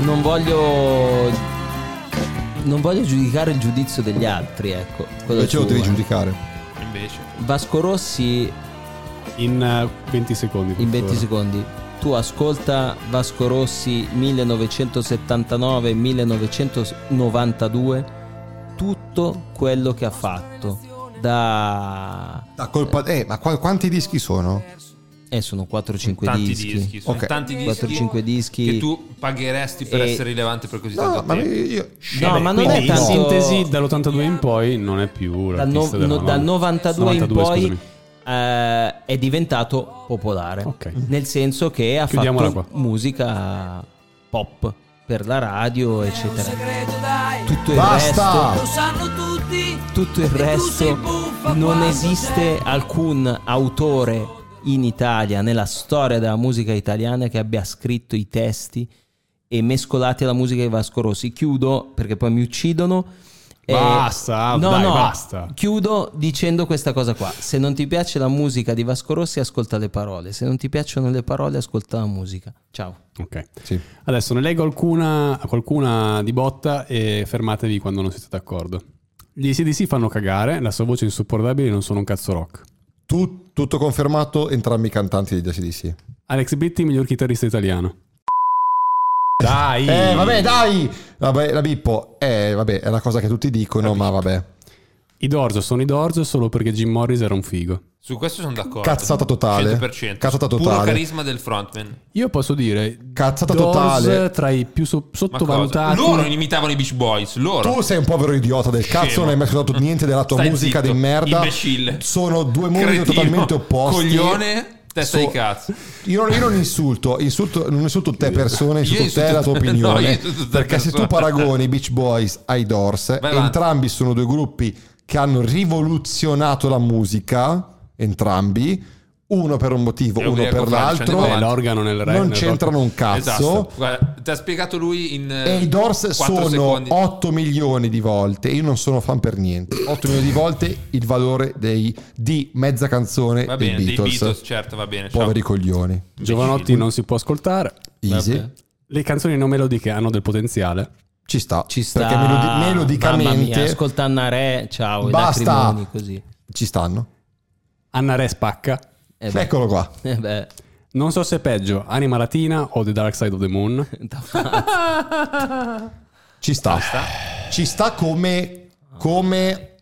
non voglio, non voglio giudicare il giudizio degli altri. Ecco, quello Invece lo suo, devi eh. Cioè, giudicare. Mhm. Invece. Vasco Rossi dire. In eh, 20 secondi. per in 20 favore. secondi. Tu ascolta Vasco Rossi 1979-1992, tutto quello che ha fatto da... La colpa. Eh, ma qua- quanti dischi sono? Eh, sono 4-5 tanti dischi. dischi, sono Ok. tanti dischi 4-5 dischi. che tu pagheresti per E- essere rilevante per così No, tanto ma tempo. io. No, Vabbè, ma non quindi, è tanto... In sintesi, dall'82 in poi non è più dal, l'artista no- della no- dal Madonna. 92, in 92, poi scusami. eh, è diventato popolare. Ok. Nel senso che ha Chiudiamola fatto qua. musica pop per la radio, eccetera. Tutto il Basta! resto tutto il resto non esiste alcun autore in Italia, nella storia della musica italiana, che abbia scritto i testi e mescolati alla musica di Vasco Rossi. Chiudo perché poi mi uccidono. Eh, ah, Basta, dai, basta. Chiudo dicendo questa cosa qua. Se non ti piace la musica di Vasco Rossi, ascolta le parole. Se non ti piacciono le parole, ascolta la musica. Ciao. Ok. Sì. Adesso ne leggo alcuna, qualcuna di botta e fermatevi quando non siete d'accordo. Gli CDC fanno cagare, la sua voce è insopportabile e non sono un cazzo rock. Tu- tutto confermato, entrambi i cantanti degli ACDC. Alex Bitti, miglior chitarrista italiano. Dai! Eh, vabbè, dai! Vabbè, la Bippo. Eh, vabbè, è una cosa che tutti dicono, ma vabbè. I Dorso sono i Dorso solo perché Jim Morris era un figo. Su questo sono d'accordo. Cazzata totale. 100%. Cazzata Puro totale. carisma del frontman. Io posso dire... Cazzata Doors totale. tra i più so- Ma sottovalutati... cosa? Loro imitavano i Beach Boys, loro. Tu sei un povero idiota del cazzo, Scemo. non hai mai ascoltato niente della tua Stai musica zitto, di merda. imbecille. Sono due mondi Cretino, totalmente opposti. Coglione, testa So- di cazzo. Io non, io non insulto, insulto- non insulto te persona, insulto, insulto- te e la tua No, io opinione. insulto te perché se tu persona. paragoni i Beach Boys ai Doors, Vai avanti. entrambi sono due gruppi che hanno rivoluzionato la musica, entrambi, uno per un motivo, E uno ubriaco per Francia, l'altro. andiamo Eh, l'organo nel re- non nel c'entrano un cazzo. Esatto. Guarda, ti ha spiegato lui in eh, E i Doors sono secondi. 8 milioni di volte. Io non sono fan per niente. 8 milioni di volte il valore dei- di mezza canzone Va dei, bene, Beatles. dei Beatles, certo, va bene. ciao. Poveri coglioni. Giovanotti non si può ascoltare. Easy. Vabbè. Le canzoni non melodiche hanno del potenziale. Ci sta. Ci sta. Perché melodi- Mamma mia, melodicamente ascolta Annare, ciao, Basta. i lacrimoni così. ci stanno. Anna Re spacca. Eh beh, Eccolo qua. eh beh. Non so se è peggio Anima Latina o The Dark Side of the Moon. Eh, Ci sta. Ci sta come... come,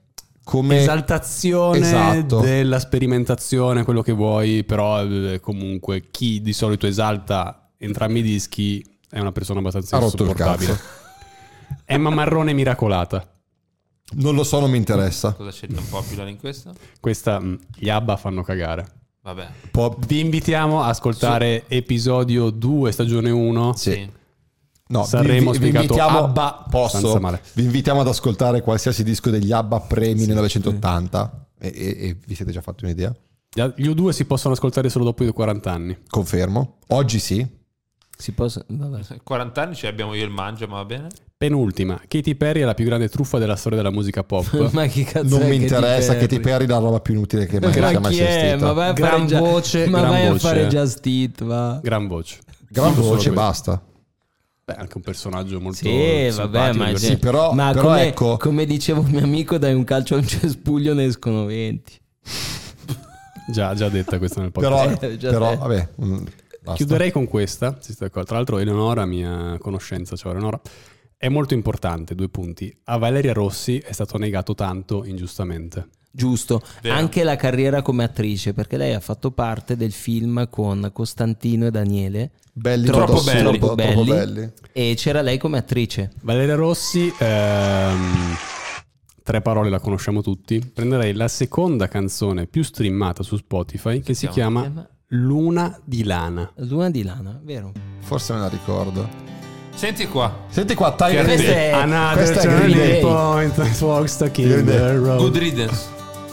come Esaltazione Esatto. della sperimentazione, quello che vuoi, però eh, comunque chi di solito esalta entrambi i dischi è una persona abbastanza Ha rotto il insopportabile. Emma Marrone Miracolata. Non lo so, non mi interessa. Cosa c'entra un po' più là in questa? Questa, mh, gli ABBA fanno cagare. Vabbè. Vi invitiamo a ascoltare episodio 2, stagione 1. Sì. No, No, Sanremo vi, vi, vi spiegato invitiamo, ABBA. posso, Senza male. vi invitiamo ad ascoltare qualsiasi disco degli ABBA pre-1980 e, e- e vi siete già fatti un'idea? Gli U2 si possono ascoltare solo dopo i 40 anni. Confermo. Oggi sì. Si posso... vabbè. 40 anni ce l'abbiamo io e il mangio, ma va bene? Penultima, Katy Perry è la più grande truffa della storia della musica pop. Ma che cazzo Non è mi interessa che Katy ti perdi la roba più inutile che mai Ma sia mai chi è? Ma esistita. vai a Gran fare già- voce, ma gran vai voce. a fare Just It, va. Gran voce. Gran Solo voce, questo. basta. Beh, anche un personaggio molto Sì, vabbè, simpatico, ma, divertente. Sì, però- ma però come, ecco- come diceva un mio amico, dai un calcio a un cespuglio ne escono 20. Già, già detta questa nel podcast. Però, Eh, già però te. vabbè. mm, basta. Chiuderei con questa. se siete d'accordo. Tra l'altro, Eleonora, mia conoscenza, ciao Eleonora, è molto importante. Due punti. A Valeria Rossi è stato negato tanto ingiustamente. Giusto, Vero. anche la carriera come attrice, perché lei ha fatto parte del film con Costantino e Daniele Belli, Troppo troppo belli. troppo- troppo Belli. belli. e c'era lei come attrice. Valeria Rossi, ehm, tre parole la conosciamo tutti. Prenderei la seconda canzone più streamata su Spotify che si Sentiamo. chiama Luna di Lana. Eh, Luna di Lana, vero? Forse me la ricordo. Senti qua, Senti qua, Tyler Eh, Questa Perry. è- Another questa è Green turning Day. point that walks the Green Day. killer road. good riddance.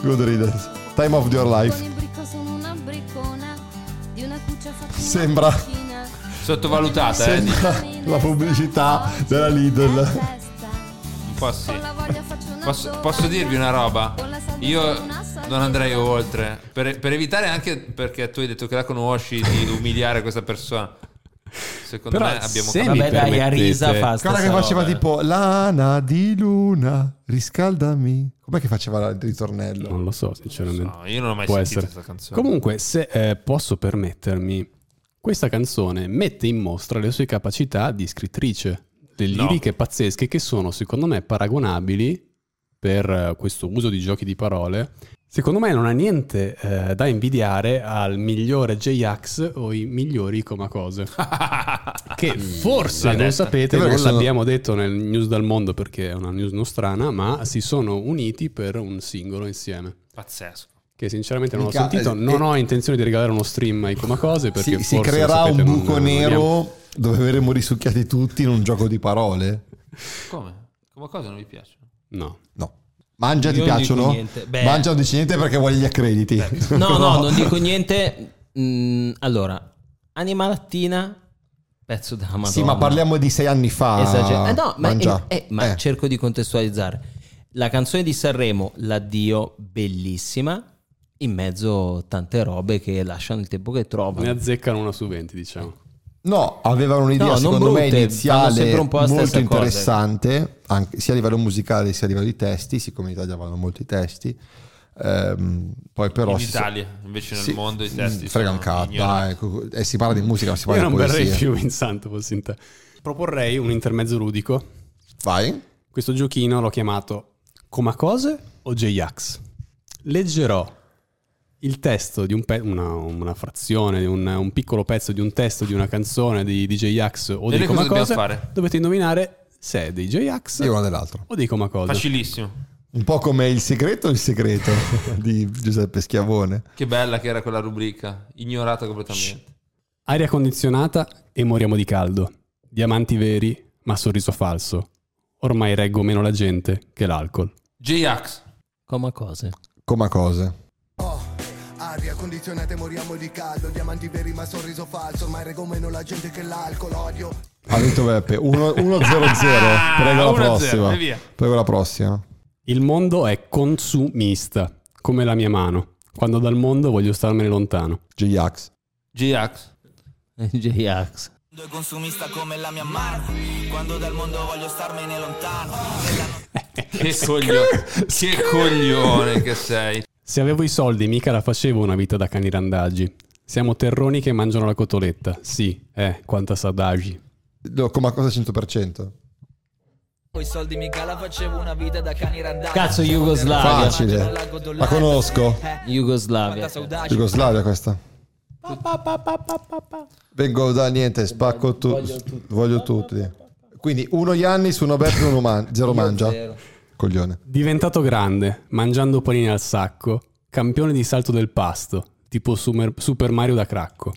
Good riddance. Time of your life. Sembra- Sottovalutata, eh? di- Sembra la pubblicità della Lidl. Un po' sì. Posso, posso dirvi una roba? Io non andrei oltre. Per, per evitare anche, perché tu hai detto che la conosci, di umiliare questa persona. Secondo Però me abbiamo se capito. mi Vabbè, dai, a permettete- risa fa Guarda stessa che faceva roba. tipo Lana di luna, riscaldami. Com'è che faceva il ritornello? Non lo so, sinceramente. No, io non ho mai Può sentito essere. questa canzone. Comunque, se eh, posso permettermi, questa canzone mette in mostra le sue capacità di scrittrice, le No. liriche pazzesche che sono, secondo me, paragonabili per eh, questo uso di giochi di parole. Secondo me non ha niente eh, da invidiare al migliore J-Ax o i migliori Comacose. che forse l'ha non detta. sapete, È vero non che sono- l'abbiamo detto nel News dal Mondo perché è una news nostrana, ma si sono uniti per un singolo insieme Pazzesco. che sinceramente non ho Mica- sentito, eh, non eh. ho intenzione di regalare uno stream ai Comacose perché Si, si forse, creerà sapete, un non- buco non abbiamo- nero dove verremo risucchiati tutti in un gioco di parole? Come? Come cosa non vi piace? No. No. Mangia, ti Io non dico piacciono? niente. Beh. Mangia, non dici niente perché vuoi gli accrediti. No, no, non dico niente. Mm, allora, Anima Lattina, pezzo da Madonna. Sì, ma parliamo di sei anni fa. Esager- eh, no, ma, Mangia. eh, eh, ma Eh. cerco di contestualizzare. La canzone di Sanremo, L'addio, bellissima, in mezzo tante robe che lasciano il tempo che Ne trovano. azzeccano una su 20, diciamo. No, avevano un'idea No, non secondo me brutte, fanno iniziale sempre un po' la molto stessa cosa. interessante, anche- sia a livello musicale sia a livello di testi, siccome in Italia vanno molti testi. Ehm, poi però in si- Italia, invece nel si- mondo i testi mh, frega un sono cazzo, ignoranti. Mm. dai, co- co- eh, si parla di musica, non si Io parla non di verrei poesia. più in santo fossi in te. Proporrei un intermezzo ludico. Vai. Questo giochino l'ho chiamato Comacose o J-Ax. Leggerò il testo di un pe- una, una frazione, un, un piccolo pezzo di un testo di una canzone di, di J-Ax o di E noi cosa dobbiamo Comacose. fare? Dovete indovinare se è dei J-Ax Sì, uno dell'altro. o dei Comacose. Facilissimo. Un po' come il segreto il segreto di Giuseppe Schiavone. Che bella che era quella rubrica, ignorata completamente. Aria condizionata e moriamo di caldo. Diamanti veri, ma sorriso falso. Ormai reggo meno la gente che l'alcol. J-Ax. Come cose. Come cose. Aria condizionata e moriamo di caldo Diamanti veri ma sorriso falso Ormai rego meno la gente che l'alcol odio Ha detto Beppe 1-0-0. Prego la 1-0, prossima. e via. Prego la prossima. Il mondo è consumista, come la mia mano. Quando dal mondo voglio starmene lontano. J-Ax. J-Ax. Eh, J-Ax. Due consumista come la mia mano Quando dal mondo voglio starmene lontano Che coglione. che coglione che sei. Se avevo i soldi, mica la facevo una vita da cani randaggi. Siamo terroni che mangiano la cotoletta. Sì, eh, quanta sadagi. No, Come cosa 100%. Con i soldi mica la facevo una vita da cani randaggi Cazzo, Jugoslavia. Facile. La conosco. Jugoslavia. Quanta saudace Jugoslavia questa. Vengo da niente, spacco tu- voglio tutti. Quindi uno Giannis, uno Berto, uno man- zero mangia. Coglione. Diventato grande, mangiando panini al sacco, campione di salto del pasto, tipo Sumer- Super Mario da cracco.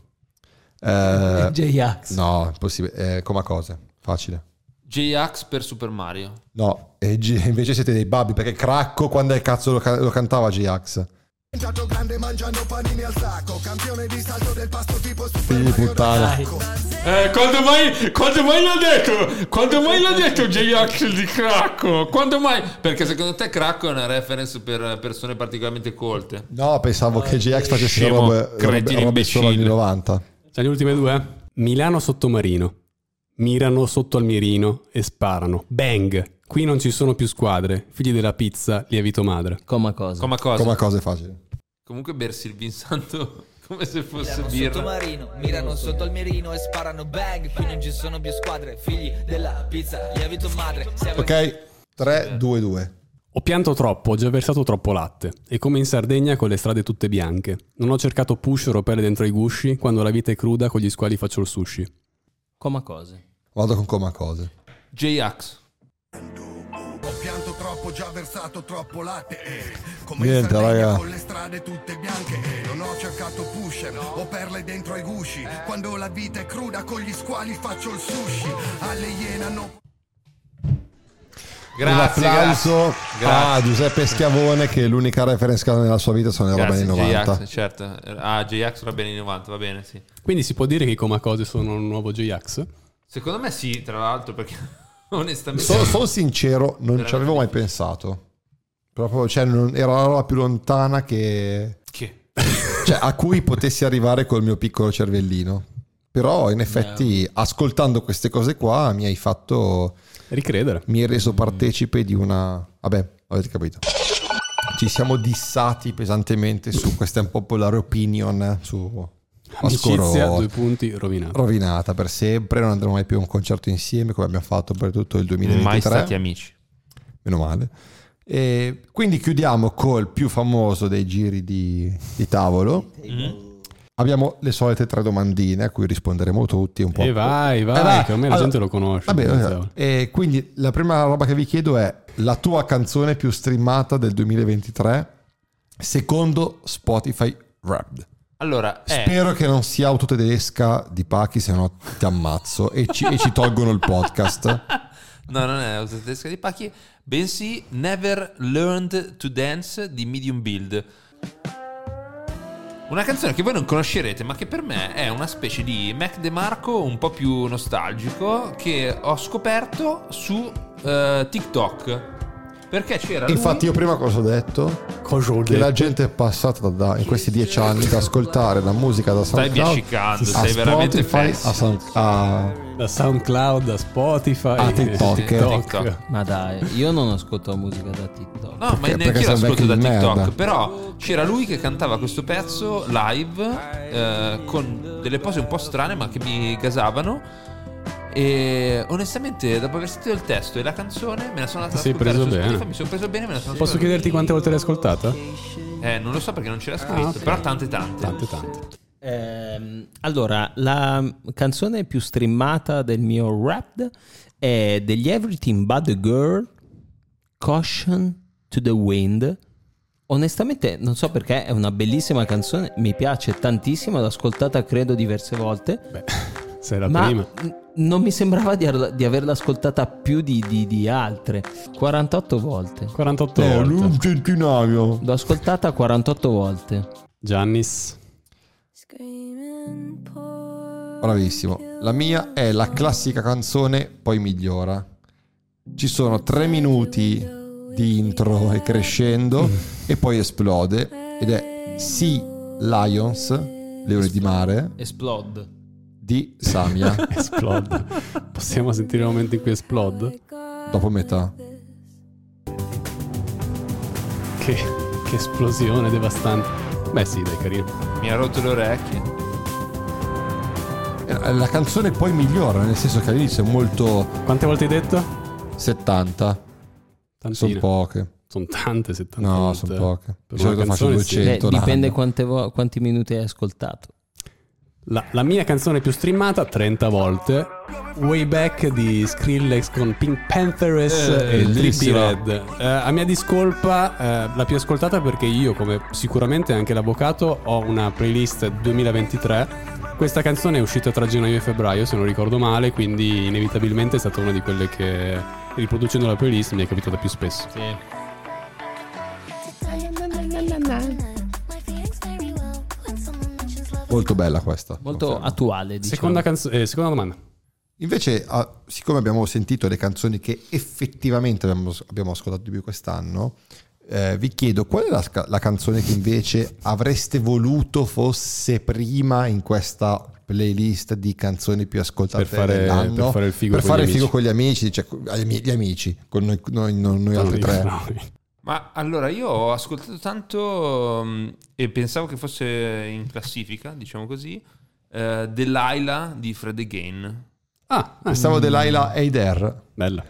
Eh, J-Ax. No, impossibile. Eh, come cose. Facile. J-Ax per Super Mario. No, e G- invece siete dei babbi perché Cracco quando è cazzo lo, ca- lo cantava G-Ax. Mangiato grande mangiando panini al sacco, campione di salto del pasto tipo Figli di puttana. Eh, quando mai, quando mai l'ha detto? Quando mai l'ha detto J-Ax di Cracco? Quando mai? Perché secondo te Cracco è una reference per persone particolarmente colte? No, pensavo che G-Ax facesse Scemo, robe, robe, cretino robe solo anni imbecille. 90. C'è le ultime Cioè, due? eh? Milano sottomarino. Mirano sotto al mirino e sparano. Bang! Qui non ci sono più squadre. Figli della pizza, lievito madre. Come cosa? Come cosa? Come cose facile. Comunque bersi il Vinsanto come se fosse Mirano birra. sottomarino, mirano sotto al mirino e sparano bang. Qui non ci sono più squadre, figli della pizza, lievito madre. Siamo Ok, 3, 2, 2. Ho pianto troppo, ho già versato troppo latte. E come in Sardegna con le strade tutte bianche. Non ho cercato push o ropelle dentro i gusci quando la vita è cruda con gli squali faccio il sushi. Come cose. Vado con come cose. J-Ax. Ho pianto troppo, già versato troppo latte. eh. Come Niente, in Sardegna raga. con le strade tutte bianche. eh. Non ho cercato pusher o perle dentro ai gusci. Quando la vita è cruda, con gli squali faccio il sushi. Alle Iena no. Un Grazie, applauso grazie. a Giuseppe Schiavone che l'unica reference che ha nella sua vita sono le robe Grazie, anni 90. J-Ax, certo. Ah, J-Ax era bene in 90, va bene, sì. Quindi si può dire che i comacose sono un nuovo J-Ax? Secondo me sì, tra l'altro, perché onestamente... Sono, sono sincero, non ci avevo mai pensato. Proprio, cioè, non- era la roba più lontana che... Che? Cioè, a cui potessi arrivare col mio piccolo cervellino. Però, in effetti, ascoltando queste cose qua, mi hai fatto... Ricredere. Mi hai reso partecipe di una... Vabbè, avete capito. Ci siamo dissati pesantemente su questa unpopular opinion su... Vasco Amicizia, Rossi due punti, rovinato. rovinata per sempre, non andremo mai più a un concerto insieme come abbiamo fatto per tutto il 2023. Mai stati amici. Meno male. E quindi chiudiamo col più famoso dei giri di, di tavolo. Abbiamo le solite tre domandine a cui risponderemo tutti un po'. E vai, vai, Eh, che ormai la Allora, gente lo conosce. vabbè, Quindi, allora, e quindi la prima roba che vi chiedo è la tua canzone più streamata del 2023 secondo Spotify Wrapped. Allora, eh, è... Spero che non sia autotedesca di Pachi, se no ti ammazzo e ci, e ci tolgono il podcast. No, non è la tedesca di Pacchi, bensì Never Learned to Dance di Medium Build. Una canzone che voi non conoscerete, ma che per me è una specie di Mac DeMarco un po' più nostalgico che ho scoperto su eh, TikTok. Perché c'era lui- Infatti, io prima cosa ho detto? Cosa che la gente è passata da- in questi dieci anni da ascoltare la musica da Stai SoundCloud biascicando, a sei veramente Spotify, pessimo. a, Sound- a- Da SoundCloud a Spotify a Ah, TikTok. Ma dai, io non ascolto musica da TikTok. No, ma Perché- neanche perché io sono l'ascolto da vecchi di TikTok. merda. Però c'era lui che cantava questo pezzo live eh, con delle cose un po' strane, ma che mi gasavano. E onestamente, dopo aver sentito il testo e la canzone, me la sono andata Ti ad sei ascoltare su preso Spotify. bene. Mi sono preso bene, me la sono Posso ascoltata. chiederti quante volte l'hai ascoltata? Eh, non lo so perché non c'era scritto, Ah, ok. però tante, tante. Tante, tante. Ehm, allora, la canzone più streamata del mio rap è degli Everything But The Girl, Caution to the Wind. Onestamente non so perché è una bellissima canzone, mi piace tantissimo, l'ho ascoltata credo diverse volte. Sei la Ma prima. n- non mi sembrava di, ar- di averla ascoltata più di, di- di altre. 48 volte. 48 Certo. Eh, volte. un centinaio. L'ho ascoltata 48 volte. Giannis. Bravissimo. La mia è la classica canzone, poi migliora. Ci sono tre minuti di intro e crescendo e poi esplode ed è Sea Lions, Leone di mare, Esplode. di Samia, Esplode. Possiamo sentire il momento in cui esplode? dopo metà. Che, che esplosione devastante. Beh sì, dai, carino. Mi ha rotto le orecchie. Eh, La canzone poi migliora, nel senso che all'inizio è molto Quante volte hai detto? 70, sono Tantine. poche. Sono tante, 70 No, volte. sono poche. Per Di una solito faccio canzone sì. 200. Beh, dipende l'anno. quante vo- quanti minuti hai ascoltato. La, la mia canzone più streamata 30 volte, Way Back di Skrillex con Pink Panthers Eh, e Trippy bellissima. Red. Eh, a mia discolpa, eh, la più ascoltata perché io, come sicuramente anche l'avvocato, ho una playlist 2023. Questa canzone è uscita tra gennaio e febbraio, se non ricordo male, quindi inevitabilmente è stata una di quelle che, riproducendo la playlist, mi è capitata più spesso. Molto bella questa. Molto attuale. Diciamo. Seconda, canzo- eh, seconda domanda. Invece, ah, siccome abbiamo sentito le canzoni che effettivamente abbiamo, abbiamo ascoltato di più quest'anno, eh, vi chiedo qual è la, sca- la canzone che invece avreste voluto fosse prima in questa playlist di canzoni più ascoltate Per fare- dell'anno? per fare il figo Per con fare gli il figo amici. con gli amici, cioè con- agli ami- gli amici, con noi, noi- non- noi altri No, tre. no. Ma allora io ho ascoltato tanto mm, e pensavo che fosse in classifica, diciamo così, eh, Delilah di Fred Again. Ah, Pensavo mm. Delilah Eider, Bella.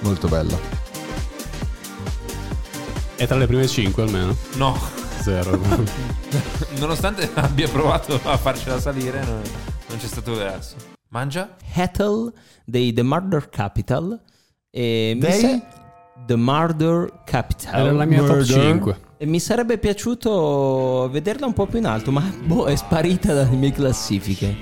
molto bella. È tra le prime 5 almeno. No, Zero. nonostante abbia provato a farcela salire, non, non c'è stato verso. Mangia? Hattel dei The Murder Capital. E mi Dei? sa- The Murder Capital. Era la mia top Murder. 5. E mi sarebbe piaciuto vederla un po' più in alto, ma boh, è sparita dalle mie classifiche.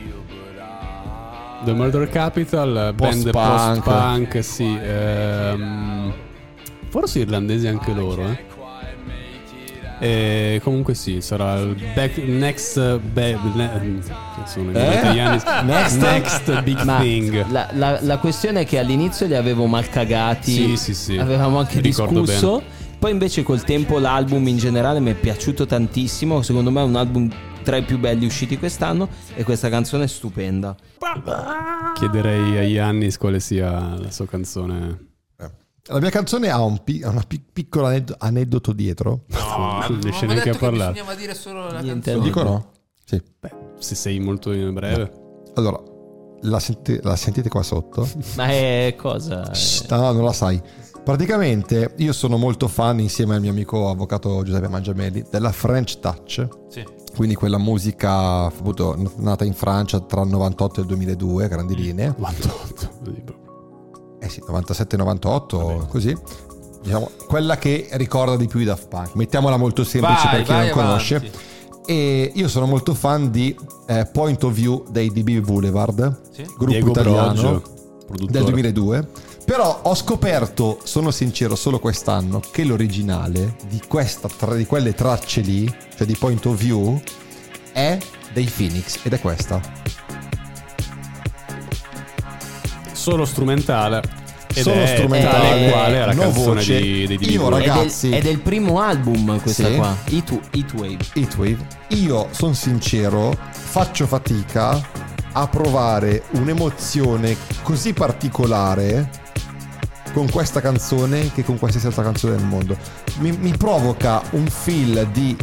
The Murder Capital, band Post-punk. post-punk, sì. ehm, forse irlandesi anche loro, eh. E comunque sì, sarà il back- next eh, be- ne- che sono gli Eh? italiani? Next? Next big Ma thing. La, la- la questione è che all'inizio li avevo mal cagati. Sì, sì, sì. Avevamo anche Ricordo discusso. Poi invece col tempo l'album in generale mi è piaciuto tantissimo. Secondo me è un album tra i più belli usciti quest'anno. E questa canzone è stupenda. Chiederei a Yannis quale sia la sua canzone. Eh. La mia canzone ha un pi- ha una pi- piccola aned- aneddoto dietro. No, non riesce Ma neanche ho a detto che parlare. bisognava dire solo la Niente. canzone. Dico no? Sì. Se sei molto in breve. Allora, la, senti- la sentite qua sotto? Ma è cosa? Shh, no, no, non la sai. Praticamente io sono molto fan insieme al mio amico avvocato Giuseppe Mangiamelli della French Touch. Sì. Quindi quella musica appunto nata in Francia tra il 98 e il 2002, a grandi linee. 98. così proprio. Eh sì, 97-98, così. Diciamo, quella che ricorda di più i Daft Punk. Mettiamola molto semplice Vai, per chi vai non conosce. avanti. E io sono molto fan di eh, Point of View dei DB Boulevard, Sì. gruppo Diego italiano Broggio, del produttore. 2002. Però ho scoperto, sono sincero, solo quest'anno, che l'originale di, questa, tra, di quelle tracce lì, cioè di Point of View, è dei Phoenix ed è questa. Solo strumentale. Ed Solo è strumentale, tale e quale alla no canzone voce. di, dei DB Io, Blue. È del- Ragazzi. È del, primo album questa Sì. qua. Heat- Heatwave. Heatwave, io sono sincero, faccio fatica a provare un'emozione così particolare con questa canzone che con qualsiasi altra canzone del mondo. Mi, mi provoca un feel di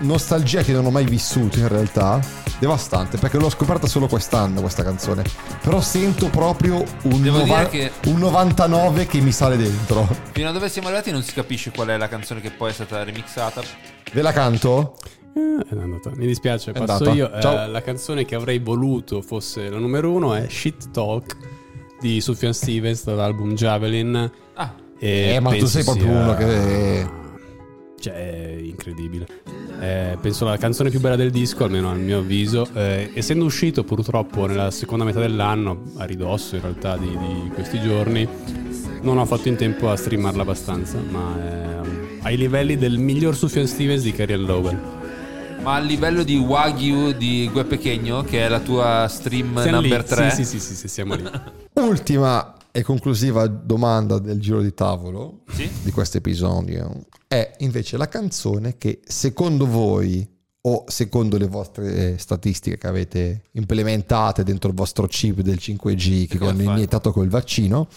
nostalgia che non ho mai vissuto in realtà, devastante, perché l'ho scoperta solo quest'anno questa canzone, però sento proprio un, Devo dire nova- che- un 99 che mi sale dentro. Fino a dove siamo arrivati non si capisce qual è la canzone che poi è stata remixata. Ve la canto? Eh, È andata. Mi dispiace, È passo andata. io. Eh, Ciao. la canzone che avrei voluto fosse la numero uno è Shit Talk di Sufjan Stevens dall'album Javelin. Ah. E Eh, ma tu penso sei proprio sia- uno che- Cioè, è incredibile. Eh, penso la canzone più bella del disco, almeno al mio avviso. Eh, essendo uscito purtroppo nella seconda metà dell'anno, a ridosso in realtà di, di questi giorni, non ho fatto in tempo a streamarla abbastanza, ma è ai livelli del miglior Sufjan Stevens di Carian Lowell. Ma a livello di Wagyu di Gue Pechegno, che è la tua stream Siamo number lì. 3. Sì, sì, sì, sì, sì, siamo lì. Ultima e conclusiva domanda del giro di tavolo Sì. di questo episodio è invece la canzone che secondo voi o secondo le vostre statistiche che avete implementate dentro il vostro chip del 5G che Perché hanno la fai? iniettato col vaccino,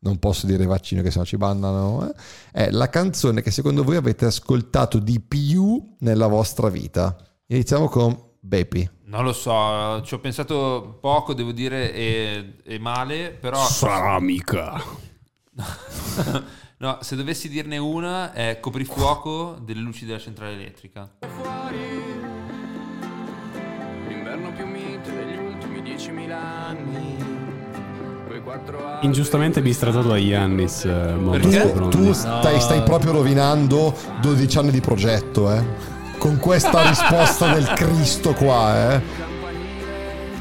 non posso dire vaccino che sennò ci bannano, eh, è la canzone che secondo voi avete ascoltato di più nella vostra vita. Iniziamo con Bepi. Non lo so, ci ho pensato poco, devo dire, e, e male, però... Sarà mica. no, se dovessi dirne una è coprifuoco delle luci della centrale elettrica. L'inverno più mite degli ultimi 10.000 anni. Quei quattro anni. Ingiustamente bistrattato da Iannis. eh, Montes Tu, Brony. tu stai, stai proprio rovinando 12 anni di progetto, eh. Con questa risposta del Cristo qua, eh.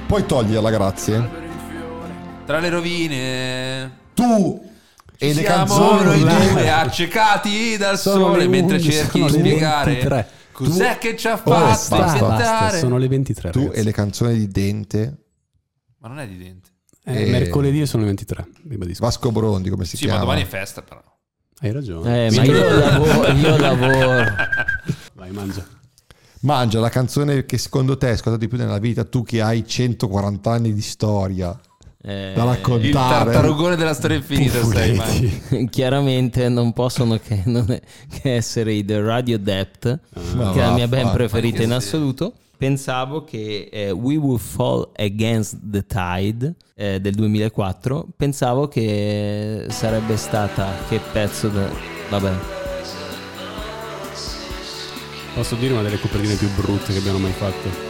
Puoi toglierla, grazie. Tra le rovine. Tu e le Siamo canzoni noi là. due accecati dal Sono sole le mentre 11, cerchi sono di le spiegare 23. cos'è Tu- che ci ha Oh, fatto basta. inventare. le 23. Tu e le canzoni di Dente. Ma non è di dente. Eh, e- Mercoledì sono le 23. ribadisco. Vasco Brondi, come si Sì, chiama? ma domani è festa però. Hai ragione. Eh, ma io lavoro, io lavoro. Vai, mangia. Mangia la canzone che secondo te è ascoltata di più nella vita, tu che hai 140 anni di storia Eh, da raccontare. Il tartarugone della storia infinita, stai ma. Chiaramente non possono che, non è- che essere i The Radio Dept, Ma che è la vaffa- mia band preferita ma in che assoluto. Pensavo che eh, We Will Fall Against the Tide eh, del 2004, pensavo che sarebbe stata che pezzo da... Vabbè, Posso dire una delle copertine più brutte che abbiamo mai fatto.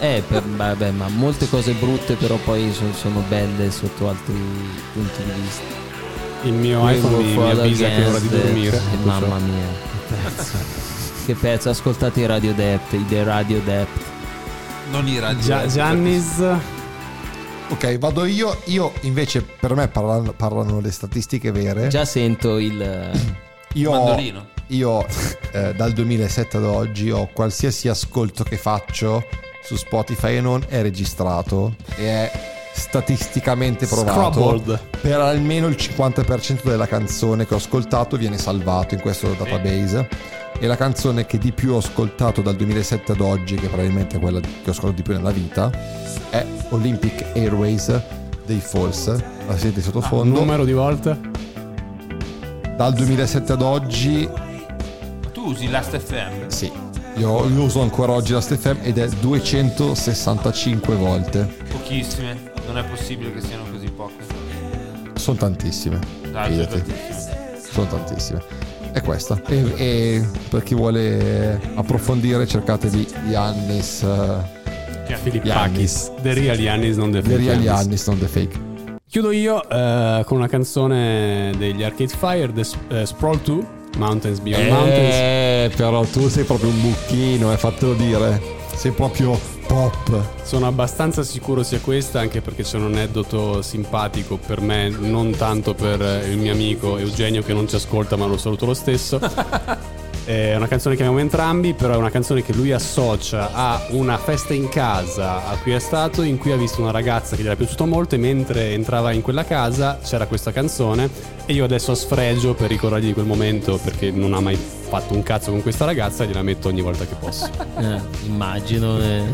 eh, per- vabbè, ma molte cose brutte però poi so- sono belle sotto altri punti di vista. Il mio We iPhone will mi, mi fall avvisa che è ora di against the- dormire. Eh, Mamma mia, che pezzo. che pezzo, ascoltate i Radio Dept, i The Radio Dept. Non i raggi. Gia- Giannis. Ok, vado io. Io invece, per me parlano, parlano le statistiche Eh? vere. Già sento il... eh, Io, Mandolino. io eh, dal 2007 ad oggi ho qualsiasi ascolto che faccio su Spotify e non è registrato e è statisticamente provato Scrabbled. per almeno il 50% della canzone che ho ascoltato viene salvato in questo database e la canzone che di più ho ascoltato dal 2007 ad oggi che probabilmente è quella che ho ascoltato di più nella vita è Olympic Airways dei Falls la sentite sottofondo Numero di volte. dal 2007 ad oggi Tu usi l'Ast FM. Sì, io, io uso ancora oggi la StFM ed è 265 volte. Pochissime. Non è possibile che siano così poche. Sono tantissime. Dai, sono fidati. tantissime. Sono tantissime. È questa. E, e per chi vuole approfondire cercatevi Yannis. eh, Filippakis. The real Giannis, non the The fake real Giannis. Yannis, non the fake. Chiudo io eh, con una canzone degli Arcade Fire, The S- eh, Sprawl 2, Mountains Beyond Mountains. Eh, però tu sei proprio un bucchino, eh, fatelo dire. Sei proprio pop. Sono abbastanza sicuro sia questa, anche perché c'è un aneddoto simpatico per me, non tanto per eh, il mio amico Eugenio che non ci ascolta, ma lo saluto lo stesso. Eh, È una canzone che amiamo entrambi, però è una canzone che lui associa a una festa in casa a cui è stato, in cui ha visto una ragazza che gli era piaciuto molto e mentre entrava in quella casa c'era questa canzone e io adesso a sfregio per ricordargli di quel momento perché non ha mai fatto un cazzo con questa ragazza e gliela metto ogni volta che posso. Eh, immagino. eh.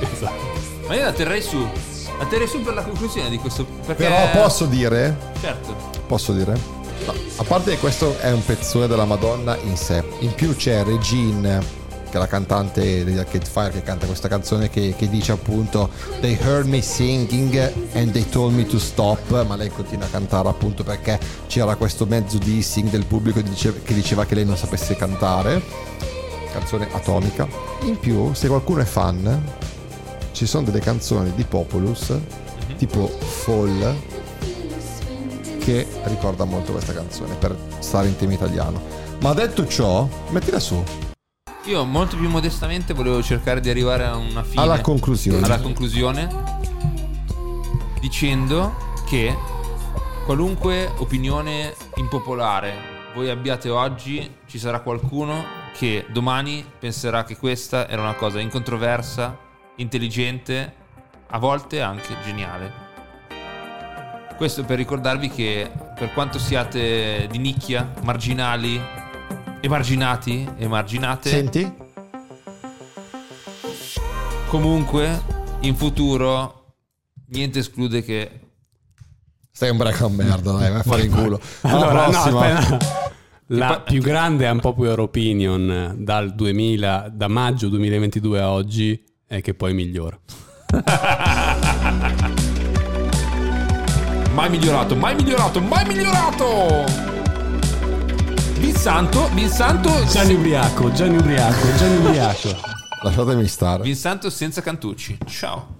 Esatto. Ma io la terrei su. La terrei su per la conclusione di questo. Perché... Però posso dire? Certo. Posso dire? No, a parte che questo è un pezzone della Madonna in sé. In più c'è Regine, che è la cantante degli Arcade Fire, che canta questa canzone che, che dice appunto They heard me singing and they told me to stop, ma lei continua a cantare appunto perché c'era questo mezzo dissing del pubblico che dice- che diceva che lei non sapesse cantare. Canzone atomica. In più, se qualcuno è fan, ci sono delle canzoni di Populus, tipo Fall, che ricorda molto questa canzone per stare in tema italiano. Ma detto ciò, mettila su Io molto più modestamente volevo cercare di arrivare a una fine. alla conclusione. alla conclusione dicendo che qualunque opinione impopolare voi abbiate oggi, ci sarà qualcuno che domani penserà che questa era una cosa incontroversa, intelligente, a volte anche geniale. Questo per ricordarvi che per quanto siate di nicchia, marginali, emarginati, emarginate, Senti? Comunque, in futuro, niente esclude che. Stai un break a merda, dai, vai a fare in culo. Alla Allora, no, prossima. aspetta. La più grande unpopular opinion eh, dal 2000, da maggio 2022 a oggi è che poi migliora. Mai migliorato, mai migliorato, mai migliorato! Vinsanto, Vinsanto. Gianni Ubriaco, Gianni Ubriaco, Gianni Ubriaco. Lasciatemi stare. Vinsanto senza Cantucci. Ciao.